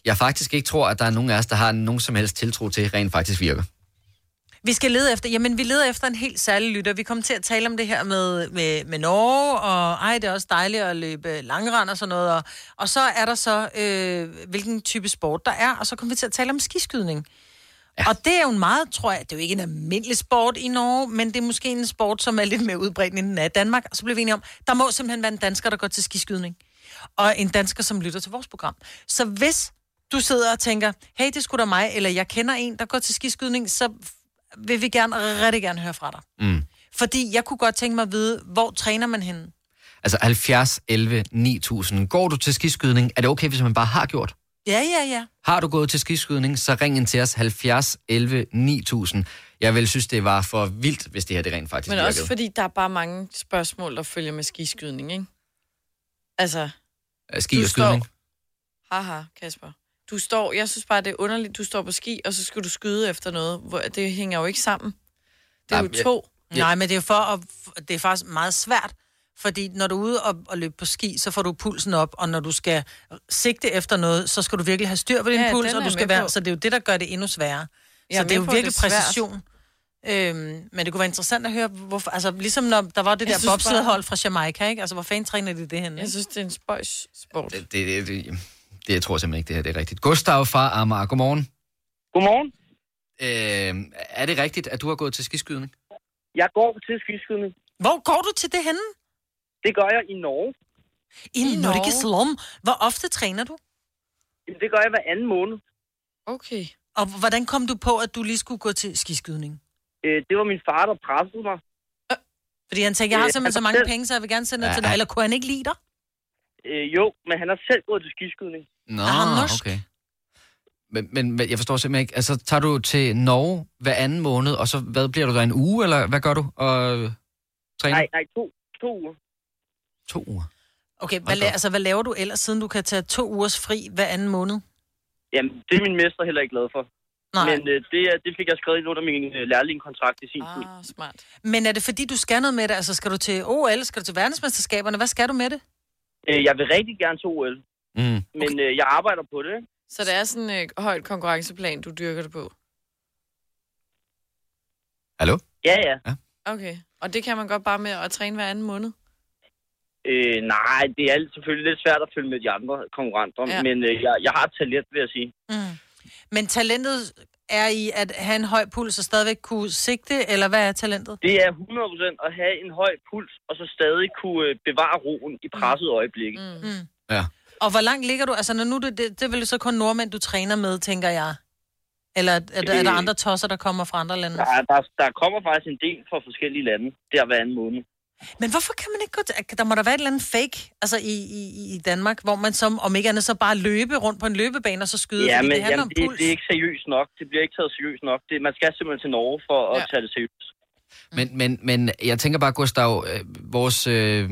S1: jeg faktisk ikke tror, at der er nogen af os, der har nogen som helst tiltro til, rent faktisk virker.
S2: Vi skal lede efter, jamen vi leder efter en helt særlig lytter. Vi kom til at tale om det her med, med, med Norge, og ej, det er også dejligt at løbe langrand og sådan noget. Og, og så er der så, øh, hvilken type sport der er, og så kom vi til at tale om skiskydning. Ja. Og det er jo en meget, tror jeg, det er jo ikke en almindelig sport i Norge, men det er måske en sport, som er lidt mere udbredt end den er i Danmark. Og så blev vi enige om, der må simpelthen være en dansker, der går til skiskydning. Og en dansker, som lytter til vores program. Så hvis du sidder og tænker, hey, det skulle da mig, eller jeg kender en, der går til skiskydning, så vil vi gerne, rigtig gerne høre fra dig.
S1: Mm.
S2: Fordi jeg kunne godt tænke mig at vide, hvor træner man henne?
S1: Altså 70, 11, 9000. Går du til skiskydning? Er det okay, hvis man bare har gjort?
S2: Ja, ja, ja.
S1: Har du gået til skiskydning, så ring ind til os 70 11 9000. Jeg vil synes, det var for vildt, hvis det her det rent faktisk
S3: Men
S1: virkede.
S3: også fordi, der er bare mange spørgsmål, der følger med skiskydning, ikke? Altså,
S1: Øh, Ski
S3: du
S1: og skydning.
S3: haha, Kasper. Du står, jeg synes bare, det er underligt, du står på ski, og så skal du skyde efter noget. Hvor, det hænger jo ikke sammen. Det er
S2: Nej,
S3: jo
S2: men-
S3: to.
S2: Ja. Nej, men det er jo for at, det er faktisk meget svært, fordi når du er ude og, og løbe på ski, så får du pulsen op, og når du skal sigte efter noget, så skal du virkelig have styr på din
S3: Ja,
S2: ja, puls,
S3: den er
S2: og du
S3: jeg
S2: skal
S3: med
S2: være,
S3: på.
S2: så det er jo det, der gør det endnu sværere.
S3: Jeg
S2: så
S3: er
S2: det er jo
S3: med på, at det
S2: virkelig
S3: er svært.
S2: præcision. Øhm, men det kunne være interessant at høre, hvorfor, altså ligesom når der var det
S3: Jeg
S2: der
S3: synes bare-
S2: bobsledhold fra Jamaica, ikke? Altså hvor fanden træner de det henne? Jeg
S3: synes, det er en spøjs sport.
S1: Det, det, det, det, jeg tror simpelthen ikke, det her det er rigtigt. Gustav fra Amager, godmorgen.
S19: Godmorgen.
S1: Øh, er det rigtigt, at du har gået til skiskydning?
S19: Jeg går til skiskydning.
S2: Hvor går du til det henne?
S19: Det gør jeg i Norge.
S2: I, I Nordic Slum. Hvor ofte træner du?
S19: Jamen, Det gør jeg hver anden måned.
S3: Okay.
S2: Og hvordan kom du på, at du lige skulle gå til skiskydning?
S19: Øh, Det var min far, der pressede mig.
S2: Fordi han tænkte, jeg har
S19: Øh,
S2: simpelthen
S19: altså
S2: så mange
S19: selv-
S2: penge, så jeg vil gerne sende det
S19: Ja,
S2: til dig.
S19: ja.
S2: Eller kunne han ikke lide dig?
S19: Øh, Jo, men han har selv gået til skiskydning.
S1: Nå,
S19: Er han norsk?
S1: okay. Men, men men jeg forstår simpelthen ikke. Altså, tager du til Norge hver anden måned, og så hvad bliver du der en uge, eller hvad gør du? Og øh, træner?
S19: Nej, nej, to, to uger.
S1: To uger.
S2: Okay, hvad, la- altså, hvad laver du ellers, siden du kan tage to ugers fri hver anden måned?
S19: Jamen, det er min mester heller ikke glad for.
S2: Nej.
S19: Men øh, det, er- det fik jeg skrevet ind under min øh, lærlingkontrakt i sin ah. tid.
S3: smart.
S2: Men er det fordi, du skal noget med det? Altså, skal du til OL? Skal du til verdensmesterskaberne? Hvad skal du med det?
S19: Øh, Jeg vil rigtig gerne til OL,
S1: Mm.
S19: men øh, jeg arbejder på det. ikke?
S3: Så det er sådan et øh, højt konkurrenceplan, du dyrker det på.
S1: Hallo?
S19: Ja, ja.
S3: Okay. Og det kan man godt bare med at træne hver anden måned.
S19: Øh, nej, det er alt- selvfølgelig lidt svært at følge med de andre konkurrenter,
S2: Ja.
S19: ja. men øh, jeg, jeg har et talent, vil jeg sige.
S2: Mm. Men talentet er i at have en høj puls og stadigvæk kunne sigte, eller hvad er talentet?
S19: Det er 100% at have en høj puls, og så stadig kunne øh, bevare roen i presset øjeblikke.
S2: Mm.
S1: Ja.
S2: Og hvor langt ligger du? Altså, når nu det, det, det er vel så kun nordmænd, du træner med, tænker jeg. Eller er, er, der- er der
S19: Øh.
S2: andre tosser, der kommer fra andre lande?
S19: Der, er- der, der kommer faktisk en del fra forskellige lande, der hver anden måned.
S2: Men hvorfor kan man ikke gå til... Der må der være et eller andet fake altså i, i, i Danmark, hvor man som, om ikke andet, så bare løbe rundt på en løbebane og så skyde,
S19: ja,
S2: fordi
S19: men
S2: det handler
S19: jamen,
S2: om
S19: det,
S2: puls.
S19: det er ikke seriøst nok. Det bliver ikke taget seriøst nok. Det, man skal simpelthen til Norge for at
S2: Ja.
S19: tage det seriøst.
S1: Men, men, men jeg tænker bare, Gustav, øh, vores... Øh,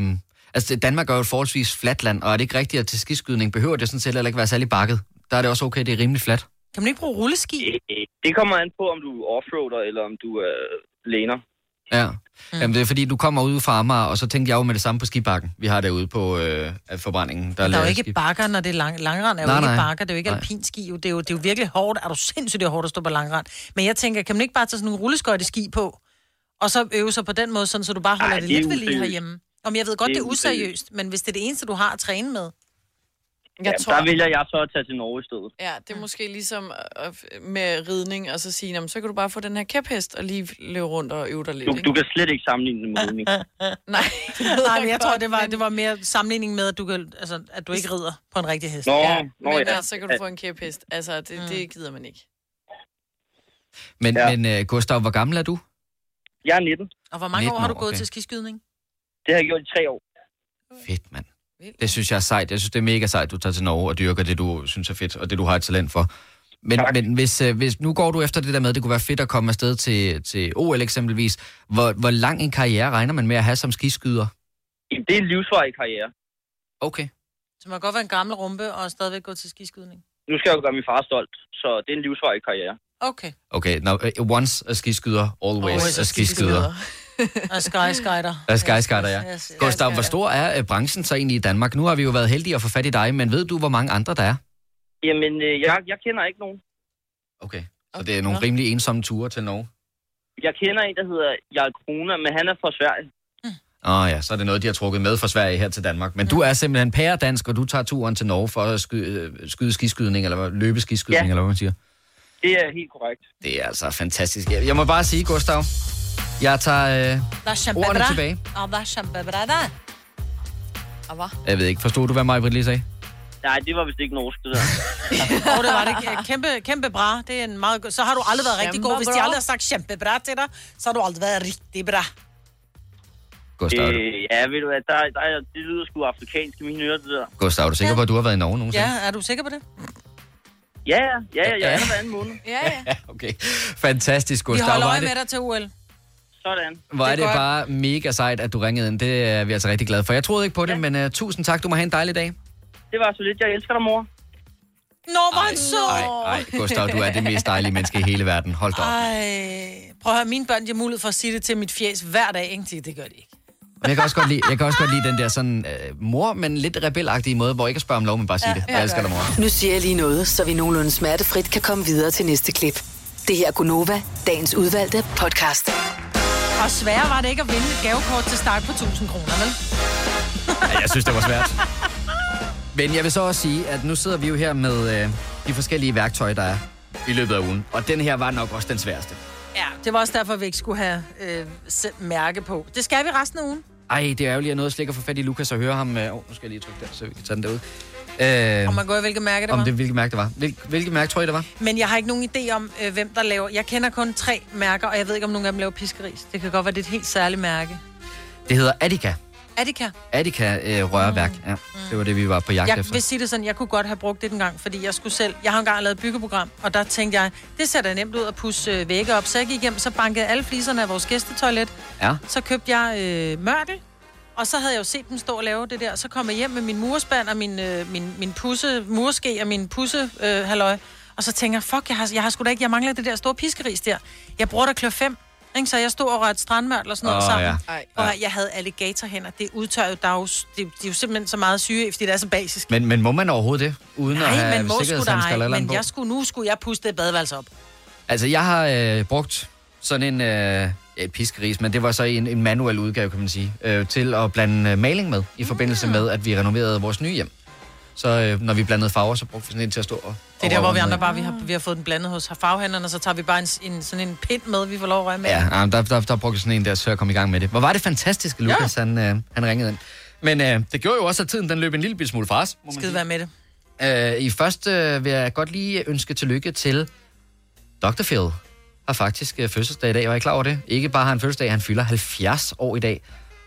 S1: altså, Danmark er jo et forholdsvis fladt land, og er det ikke rigtigt, at til skiskydning behøver det sådan set heller ikke være særlig bakket? Der er det også okay, det er rimelig fladt.
S2: Kan man ikke bruge rulleski?
S19: Øh, Det kommer an på, om du offroader eller om du øh, læner.
S1: Ja. Mm. Jamen, det er fordi, du kommer ud fra Amager, og så tænkte jeg jo med det samme på skibakken, vi har derude på øh, forbrændingen.
S2: Der er jo
S1: lavet
S2: ikke
S1: skib.
S2: bakker, når det er lang, langrand. Er jo
S1: Nej,
S2: ikke
S1: nej.
S2: bakker, det er jo ikke
S1: Nej.
S2: alpinski. Jo. Det, er jo, det er jo virkelig hårdt. Er du sindssygt, det er hårdt at stå på langrand. Men jeg tænker, kan man ikke bare tage sådan nogle rulleskøjte ski på, og så øve sig på den måde, sådan, så du bare holder
S19: Ej,
S2: det,
S19: det er
S2: lidt ved lige
S19: useriøst.
S2: herhjemme? Om jeg ved godt,
S19: Det
S2: det
S19: er
S2: er useriøst, men hvis det er det eneste, du har at træne med.
S3: Jeg
S19: Jamen,
S3: tror-
S19: der vælger jeg så at tage til Norge i stedet.
S3: Ja, det er måske ligesom øh, øh, med ridning, og så sige, "Nå, men så kan du bare få den her kæphest og lige løbe rundt og øve dig lidt.
S19: Du,
S3: ikke?
S19: du kan slet ikke sammenligne det med ridning.
S3: Nej,
S2: Nej, men jeg tror, det var, det var mere sammenligning med, at du, kan, altså, at du ikke rider på en rigtig hest.
S19: Nå,
S3: Ja,
S19: nå
S3: men
S19: ja.
S3: ellers så kan du få en kæphest. Altså, det, det gider man ikke.
S1: Men, ja. men uh, Gustav, hvor gammel er du?
S19: Jeg er 19.
S2: Og hvor mange
S1: 19
S2: år har du
S1: år,
S2: gået
S1: okay.
S2: til skiskydning?
S19: Det har jeg gjort i tre år.
S1: Fedt, mand. Det synes jeg er sejt. Jeg synes, det er mega sejt, du tager til Norge og dyrker det, du synes er fedt, og det, du har et talent for. Men, men hvis, øh, hvis, nu går du efter det der med, at det kunne være fedt at komme afsted til, til OL eksempelvis. Hvor, hvor lang en karriere regner man med at have som skiskyder?
S19: Jamen, det er en livsvarig karriere.
S1: Okay.
S2: Så man kan godt være en gammel rumpe og stadigvæk gå til skiskydning.
S19: Nu skal jeg jo gøre min far stolt, så det er en livsvarig karriere.
S2: Okay.
S1: Okay, no, once er skiskyder, always, always er skiskyder.
S2: og skyskider.
S1: Er skyskatter, ja.
S2: Yes, yes.
S1: Gustav, hvor stor er øh, branchen så egentlig i Danmark? Nu har vi jo været heldige at få fat i dig, men ved du, hvor mange andre der er?
S19: Jamen, øh, jeg, jeg kender ikke nogen.
S1: Okay. Så det er nogle rimelig ensomme ture til Norge.
S19: Jeg kender en, der hedder Jarl Krone, men han er fra Sverige.
S1: Åh oh, ja, så er det noget, de har trukket med fra Sverige her til Danmark. Men du er simpelthen pæredansk, og du tager turen til Norge for at skyde, øh, skyde skiskydning, eller hvad- løbe skiskydning,
S19: Ja.
S1: ja. eller hvad man siger.
S19: Det er helt korrekt.
S1: Det er altså fantastisk. Jeg, jeg må bare sige, Gustav, jeg tager... Øh,
S2: Der er
S1: Ordene
S2: shambabra.
S1: tilbage.
S2: Og der er shambabra der. Og hvad?
S1: jeg ved ikke, forstod du, hvad Maja lige sagde?
S19: Nej, det var vist ikke norsk, det der.
S2: Og det var det. Kæmpe, kæmpe bra. Det er en meget god. Så har du aldrig været rigtig god. Hvis de
S19: Shambabra.
S2: aldrig har sagt shambabra til dig, så har du aldrig været rigtig bra.
S1: Gustav, er
S19: øh, ja, ved du hvad, der, der, er- det lyder sgu afrikansk i mine ører, det der.
S1: Gustav, er du sikker på, at du har været i Norge nogensinde?
S2: Ja, er du sikker på det?
S19: Ja, ja, ja, ja, jeg er der hver anden måned.
S2: Ja, ja.
S1: Ja, okay. Fantastisk,
S2: Vi
S1: Gustav.
S2: holder
S1: Hvor er
S2: øje
S1: det-
S2: med dig til OL.
S19: Sådan.
S1: Hvor er det
S2: godt.
S1: bare mega sejt, at du ringede ind. Det er vi altså rigtig glade for. Jeg troede ikke på det, men uh, tusind tak. Du må have en dejlig dag.
S19: Det var så lidt. Jeg elsker dig, mor.
S2: Nå, hvor er han så.
S1: Nej, Gustav, du er det mest dejlige menneske i hele verden. Hold
S2: Ah.
S1: da op.
S2: Ej, prøv at høre, mine børn, de har mulighed for at sige det til mit fjes hver dag, ikke? De- Det gør de ikke.
S1: Men jeg kan også godt lide, jeg kan også godt lide den der sådan uh, mor, men lidt rebelagtige måde, hvor ikke at spørge om lov, men bare sige det. Jeg elsker dig, mor.
S5: Nu siger jeg lige noget, så vi nogenlunde smertefrit kan komme videre til næste klip. Det her er Gunova, dagens udvalgte podcast.
S2: Og sværere var det ikke at vinde et gavekort til start på 1000 kroner, vel?
S1: Ja, jeg synes, det var svært. Men jeg vil så også sige, at nu sidder vi jo her med øh, de forskellige værktøjer, der er i løbet af ugen. Og den her var nok også den sværeste.
S2: Ja, det var også derfor, vi ikke skulle have øh, sendt mærke på. Det skal vi resten af ugen.
S1: Ej, det er ærgerligt, at noget slikker for fat i Lukas og høre ham. Øh, åh, nu skal jeg lige trykke der, så vi kan tage den derude. Øh,
S2: Om man går i, hvilket mærke det
S1: om
S2: var.
S1: det, hvilket mærke det var. Hvil, hvilket mærke tror I, det var?
S2: Men jeg har ikke nogen idé om, øh, hvem der laver... Jeg kender kun tre mærker, og jeg ved ikke, om nogen af dem laver piskeris. Det kan godt være, det er et helt særligt mærke.
S1: Det hedder Attica.
S2: Attica.
S1: Attica øh, rørværk.
S2: Mm.
S1: Ja, det var det, vi var på jagt
S2: Jeg
S1: efter.
S2: vil sige det sådan, jeg kunne godt have brugt det en gang, fordi jeg skulle selv... Jeg har engang lavet et byggeprogram, og der tænkte jeg, det ser da nemt ud at pusse øh, vægge op. Så jeg gik hjem, så bankede alle fliserne af vores gæstetoilet.
S1: Ja.
S2: Så købte jeg øh, mørtel, og så havde jeg jo set dem stå og lave det der. Så kom jeg hjem med min murspand og min, øh, min, min pusse, murske og min pusse, øh, halløj. Og så tænker jeg, fuck, jeg har, jeg har sgu da ikke, jeg mangler det der store piskeris der. Jeg bruger da klør 5, ikke? så jeg stod og rørte strandmørtel og sådan noget
S20: Åh,
S2: oh, sammen.
S20: ja.
S2: Ja. Og jeg havde alligatorhænder. Det udtørrer jo, der er jo, det, det er jo simpelthen så meget syre, fordi det er så basisk.
S1: Men, men må man overhovedet det? Uden at
S2: Nej,
S1: have
S2: man må sgu da
S1: sikkerhedshandsker eller et eller
S2: ej,
S1: andet
S2: men
S1: på?
S2: jeg skulle, nu skulle jeg puste det badeværelse op.
S1: Altså, jeg har øh, brugt sådan en øh, ja, et piskeris, men det var så i en, en manuel udgave, kan man sige, øh, til at blande øh, maling med, i forbindelse
S2: Ah.
S1: med, at vi renoverede vores nye hjem. Så øh, når vi blandede farver, så brugte vi sådan en til at stå og...
S2: Det er der, hvor vi andre bare vi har, vi har fået den blandet hos farvehandlerne, og så tager vi bare en, en, sådan en pind med, vi får lov at røre med.
S1: Ja, ja Ah, der, der, der brugte jeg sådan en der, så jeg kom i gang med det. Hvor var det fantastisk, at Lukas ja. han, øh, han ringede ind. Men øh, det gjorde jo også, at tiden den løb en lille bitte smule fra os. må man
S2: Skide
S1: sige.
S2: være med det.
S1: Øh, I først øh, vil jeg godt lige ønske tillykke til Dr. Phil. Har faktisk øh, fødselsdag i dag, var I klar over det? Ikke bare har han fødselsdag, han fylder 70 år i dag.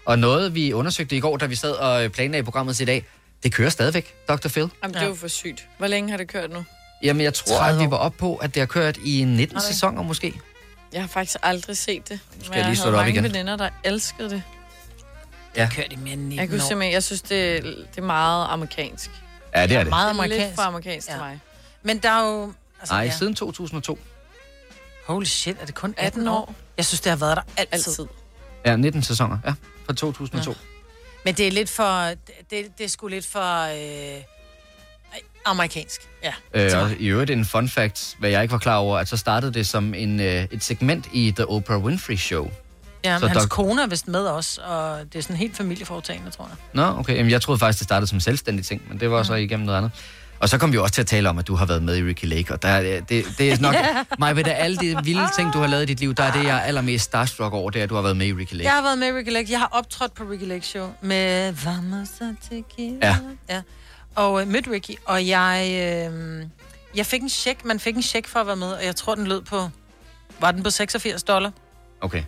S1: Og noget, vi undersøgte i går, da vi sad og øh, planlagde programmet til i dag, det kører stadigvæk, Dr. Phil.
S3: Jamen, det er jo for sygt. Hvor længe har det kørt nu?
S1: Jamen, jeg tror, at vi var oppe på, at det har kørt i 19
S3: Har det?
S1: sæsoner måske.
S3: Jeg har faktisk aldrig set det. Nu
S1: jeg lige slå det op
S3: mange
S1: igen.
S3: veninder, der elskede det.
S1: Ja.
S2: Kørt i mere end
S3: Jeg kunne simpelthen, jeg synes, det, det er meget amerikansk.
S1: Ja, det er det.
S2: Meget amerikansk.
S3: Lidt for amerikansk ja. til mig.
S2: Men der er jo...
S1: Altså, Ej, siden 2002.
S2: Holy shit, er det kun 18 år? Jeg synes, det har været der altid. altid.
S1: Ja, 19 sæsoner, ja. Fra 2002. Ja.
S2: Men det er lidt for... Det, det er sgu lidt for... Øh, amerikansk, ja. til
S1: Øh,
S2: mig.
S1: og i øvrigt en fun fact, hvad jeg ikke var klar over, at så startede det som en, øh, et segment i The Oprah Winfrey Show.
S2: Ja,
S1: Så
S2: men hans
S1: der-
S2: kone er vist med os, og det er sådan helt familieforetagende, tror jeg.
S1: Nå, okay. Jamen, jeg troede faktisk, det startede som selvstændig ting, men det var så igennem noget andet. Og så kom vi også til at tale om, at du har været med i Ricky Lake, og der, er- det, det er nok... Mig ved alle de vilde ting, du har lavet i dit liv, der er det, jeg er allermest starstruck over, det er, at du har været med i Ricky Lake.
S2: Jeg har været med i Ricky Lake. Jeg har optrådt på Ricky Lake Show med Vamos a Tequila.
S1: Ja.
S2: ja. Og øh, mødte Ricky, og jeg, øh, jeg fik en check. Man fik en check for at være med, og jeg tror, den lød på... Var den på 86 dollar?
S1: Okay. Ja,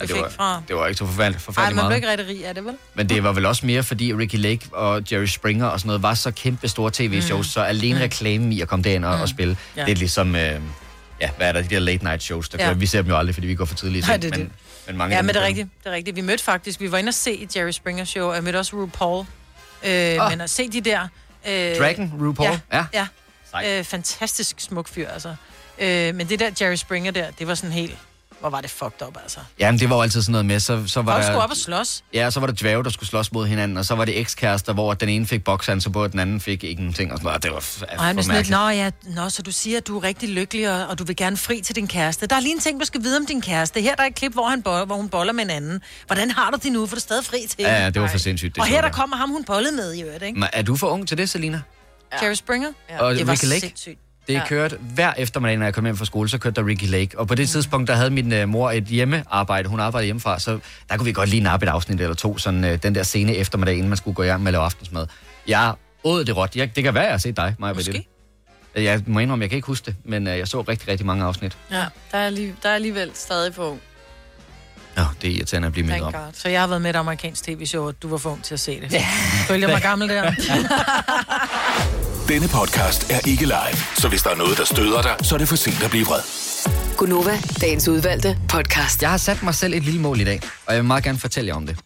S2: Vi
S1: det,
S2: fik
S1: var,
S2: fra-
S1: det var ikke så forfærdeligt,
S2: Nej,
S1: forfærdeligt
S2: man blev
S1: meget.
S2: ikke rigtig rig af det, vel?
S1: Men det var vel også mere, fordi Ricky Lake og Jerry Springer og sådan noget var så kæmpe store tv-shows,
S2: Mm.
S1: så alene
S2: Mm.
S1: reklamen i at komme derind og, og spille,
S2: Ja.
S1: det er ligesom, øh, ja, hvad er der, de der late night shows, der
S2: Ja.
S1: kører. Vi ser dem jo aldrig, fordi vi går for tidligt. i
S2: Nej,
S1: seng,
S2: det er
S1: men,
S2: det.
S1: men mange
S2: Ja,
S1: af dem,
S2: men det
S1: der-
S2: er rigtigt. Det er rigtigt. Vi mødte faktisk, vi var inde og se et Jerry Springer show, og jeg mødte også RuPaul. Øh, oh. Men at se de der... Øh,
S1: Dragon, RuPaul?
S2: Ja.
S1: Ja.
S2: ja. Øh, fantastisk smuk fyr, altså. Øh, men det der Jerry Springer der, det var sådan helt... Hvor var det fucked up, altså.
S1: Jamen, det var jo altid sådan noget med, så, så var
S2: Folk
S1: der...
S2: skulle op og slås.
S1: Ja, og så var der dværge, der skulle slås mod hinanden, og så var det ekskærester, hvor den ene fik bokshandser på, og den anden fik ikke en ting, og sådan noget. Ah, Det var f-
S2: Og han
S1: for
S2: er sådan lidt,
S1: mærkeligt.
S2: nå ja, nå, så du siger, at du er rigtig lykkelig, og, og du vil gerne fri til din kæreste. Der er lige en ting, du skal vide om din kæreste. Her er der er et klip, hvor, han bo- hvor hun boller med en anden. Hvordan har du det nu? For du er stadig fri til
S1: Ja,
S2: hende.
S1: ja, det var for
S2: Nej.
S1: sindssygt, det
S2: og
S1: så
S2: her der
S1: jeg.
S2: kommer ham, hun bollede med i øvrigt, ikke?
S1: Men er du for ung til det, Selina?
S2: Ja. Jerry Springer?
S1: Ja. Og
S2: det var
S1: Ricky Lake?
S2: sindssygt.
S1: Det
S2: Ja.
S1: kørte hver eftermiddag, når jeg kom hjem fra skole, så kørte der Ricky Lake. Og på det tidspunkt, der havde min øh, mor et hjemmearbejde. Hun arbejdede hjemmefra, så der kunne vi godt lige nappe et afsnit eller to, sådan øh, den der sene eftermiddag, inden man skulle gå i gang med at lave aftensmad. Jeg åd det råt. Jeg, det kan være, jeg har set dig, Maja Måske. Jeg må indrømme, jeg kan ikke huske det, men øh, jeg så rigtig, rigtig mange afsnit.
S3: Ja, der er, lige, der er alligevel stadig for ung.
S1: Nå, det er irriterende at blive mindet om.
S3: Thank God.
S2: Så jeg har været med i et amerikansk tv-show, og du var for ung til at se det. Ja. Følte jeg mig gammel der?
S20: Denne podcast er ikke live, så hvis der er noget, der støder dig, så er det for sent at blive vred.
S1: Gunova, dagens udvalgte podcast. Jeg har sat mig selv et lille mål i dag, og jeg vil meget gerne fortælle jer om det.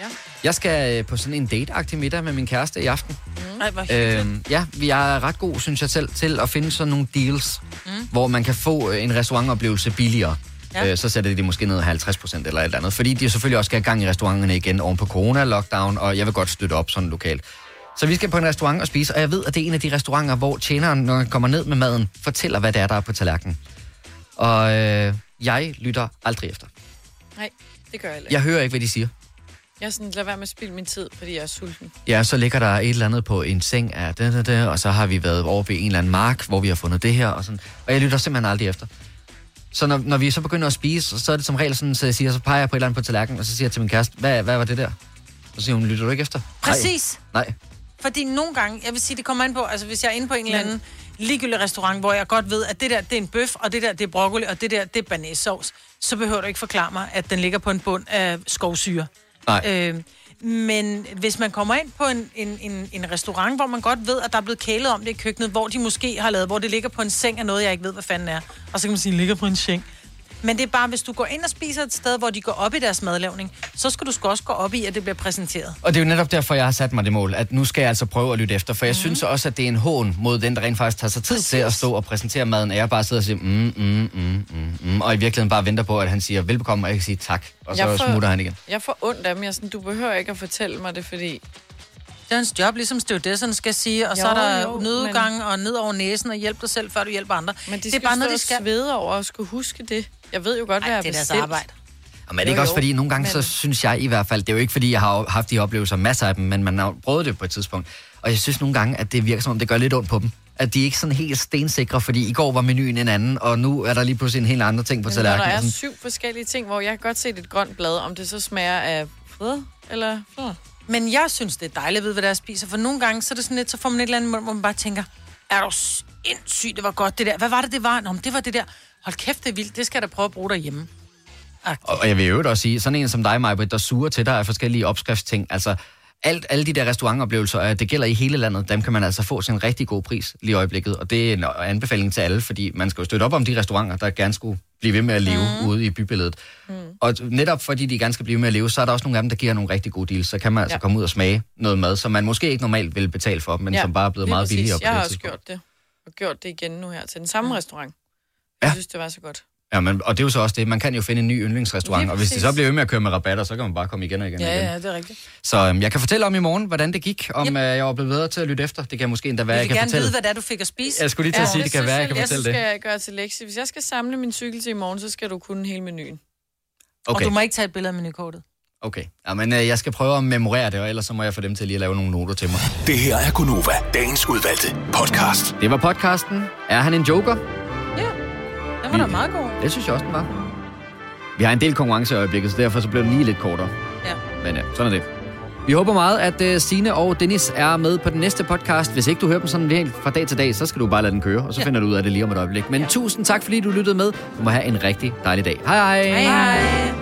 S3: Ja.
S1: Jeg skal øh, på sådan en date-agtig middag med min kæreste i aften.
S2: Nej, hvor hyggeligt.
S1: Øhm, ja, vi er ret gode, synes jeg selv, til at finde sådan nogle deals, mm.
S2: Mm.
S1: hvor man kan få øh, en restaurantoplevelse billigere.
S2: Ja.
S1: Ja. Øh, så sætter de det måske ned 50 procent eller et eller andet. Fordi de selvfølgelig også skal have gang i restauranterne igen oven på corona-lockdown, og jeg vil godt støtte op sådan lokalt. Så vi skal på en restaurant og spise, og jeg ved, at det er en af de restauranter, hvor tjeneren, når han kommer ned med maden, fortæller, hvad det er, der er på tallerkenen. Og øh, jeg lytter aldrig efter.
S3: Nej, det gør jeg ikke.
S1: Jeg hører ikke, hvad de siger.
S3: Jeg er sådan, lad være med at spilde min tid, fordi jeg er sulten.
S1: Ja, så ligger der et eller andet på en seng af det, det, det, og så har vi været over ved en eller anden mark, hvor vi har fundet det her, og sådan. Og jeg lytter simpelthen aldrig efter. Så når, når vi så begynder at spise, så er det som regel sådan, så jeg siger, så peger jeg på et eller andet på tallerkenen, og så siger jeg til min kæreste, hvad, hvad var det der? Så siger hun, lytter du ikke efter? "Nej."
S2: Præcis.
S1: Nej.
S2: Fordi nogle gange, jeg vil sige, det kommer an på, altså hvis jeg er inde på en eller anden ligegyldig restaurant, hvor jeg godt ved, at det der, det er en bøf, og det der, det er broccoli, og det der, det er banæssovs, så behøver du ikke forklare mig, at den ligger på en bund af skovsyre.
S1: Nej.
S2: Øh, men hvis man kommer ind på en, en, en, en restaurant, hvor man godt ved, at der er blevet kælet om det i køkkenet, hvor de måske har lavet, hvor det ligger på en seng af noget, jeg ikke ved, hvad fanden er. Og så kan man sige, ligger på en seng. Men det er bare, hvis du går ind og spiser et sted, hvor de går op i deres madlavning, så skal du sgu også gå op i, at det bliver præsenteret.
S1: Og det er jo netop derfor, jeg har sat mig det mål, at nu skal jeg altså prøve at lytte efter, for jeg mm. synes også, at det er en hån mod den, der rent faktisk tager sig tid Præcis. til at stå og præsentere maden, at jeg bare sidder og siger, mm, mm, mm, mm, mm, og i virkeligheden bare venter på, at han siger velbekomme, og jeg kan sige tak, og så
S3: Jeg får-
S1: smutter han igen.
S3: Jeg får ondt af dem. Jeg er sådan, du behøver ikke at fortælle mig det, fordi...
S2: Det er hans job, ligesom stewardessen skal sige, og jo, så er
S3: Jo,
S2: der
S3: jo,
S2: jo, nødgang men... og ned over næsen, og hjælp dig selv, før du hjælper andre. Men
S3: De det er bare noget, de skal svede over at skulle huske det. Jeg ved jo godt, hvad
S2: Ej,
S3: jeg
S2: det er
S3: har
S2: deres
S3: bestilt.
S2: arbejde.
S1: Og men er det ikke
S3: Jo,
S1: også
S3: jo.
S1: fordi, nogle gange, så
S3: Men-
S1: synes jeg i hvert fald, det er jo ikke fordi, jeg har haft de oplevelser, masser af dem, men man har jo prøvet det på et tidspunkt. Og jeg synes nogle gange, at det virker som om, det gør lidt ondt på dem. At de er ikke sådan helt stensikre, fordi i går var menuen en anden, og nu er der lige pludselig en helt anden ting på
S3: Men når der
S1: tallerkenen.
S3: er
S1: Sådan,
S3: syv forskellige ting, hvor jeg kan godt se det er et grønt blad, om det så smager af frød eller frød.
S2: Men jeg synes, det er dejligt at vide, hvad der er spiser, for nogle gange, så er det sådan lidt, så får man et eller andet i munden, hvor man bare tænker, er du sindssygt, det var godt det der. Hvad var det, det var? Nå, men det var det der. Hold kæft, det er vildt. Det skal jeg da prøve at bruge derhjemme.
S1: Og og jeg vil jo også sige, sådan en som dig, Majbrit, der suger til dig af forskellige opskriftsting, altså alt, alle de der restaurantoplevelser, og det gælder i hele landet, dem kan man altså få til en rigtig god pris lige i øjeblikket. Og det er en anbefaling til alle, fordi man skal jo støtte op om de restauranter, der gerne skulle blive ved med at leve
S3: Mhm.
S1: mm. ude i bybilledet. Mm. Og netop fordi de gerne skal blive ved med at leve, så er der også nogle af dem, der giver nogle rigtig gode deals. Så kan man altså
S3: Ja.
S1: ja. komme ud og smage noget mad, som man måske ikke normalt ville betale for, men ja. som bare er blevet
S3: lige
S1: meget
S3: præcis.
S1: billigere på
S3: Jeg
S1: det
S3: har også
S1: tidspunkt.
S3: gjort det. Og gjort det igen nu her til den samme mm. restaurant.
S1: Ja.
S3: Jeg synes, det var så godt.
S1: Ja, men, og det er jo så også det. Man kan jo finde en ny yndlingsrestaurant,
S3: Lige
S1: og hvis de
S3: præcis.
S1: så bliver ved med at køre med rabatter, så kan man bare komme igen og igen og igen.
S3: det er rigtigt.
S1: Så øhm, jeg kan fortælle om i morgen, hvordan det gik, om yep. øh, jeg var blevet bedre til at lytte efter. Det kan jeg måske endda være,
S2: jeg
S1: jeg
S2: vil
S1: kan
S2: gerne
S1: fortælle.
S2: vide, hvad det er, du fik at spise.
S1: Jeg skulle lige til at sige, det kan være, jeg kan
S3: jeg
S1: fortælle
S3: skal
S1: det.
S3: jeg gøre til lektie. Hvis jeg skal samle min cykel til i morgen, så skal du kunne hele menuen.
S2: Okay.
S1: Okay.
S2: Og du må ikke tage et billede af menukortet.
S1: Okay, Jamen, øh, jeg skal prøve at memorere det, og ellers så må jeg få dem til lige at lave nogle noter til mig.
S20: Det her er Gunova, dagens udvalgte podcast.
S1: Det var podcasten. Er han en joker?
S2: Den var da meget god.
S1: Det synes jeg også, den var. Vi har en del konkurrence i øjeblikket, så derfor så blev den lige lidt kortere.
S2: Ja.
S1: Men ja, sådan er det. Vi håber meget, at øh, Sine og Dennis er med på den næste podcast. Hvis ikke du hører dem sådan helt fra dag til dag, så skal du bare lade den køre, og så finder du ud af det lige om et øjeblik. Men tusind tak, fordi du lyttede med. Du må have en rigtig dejlig dag. Hej hej!
S2: hej.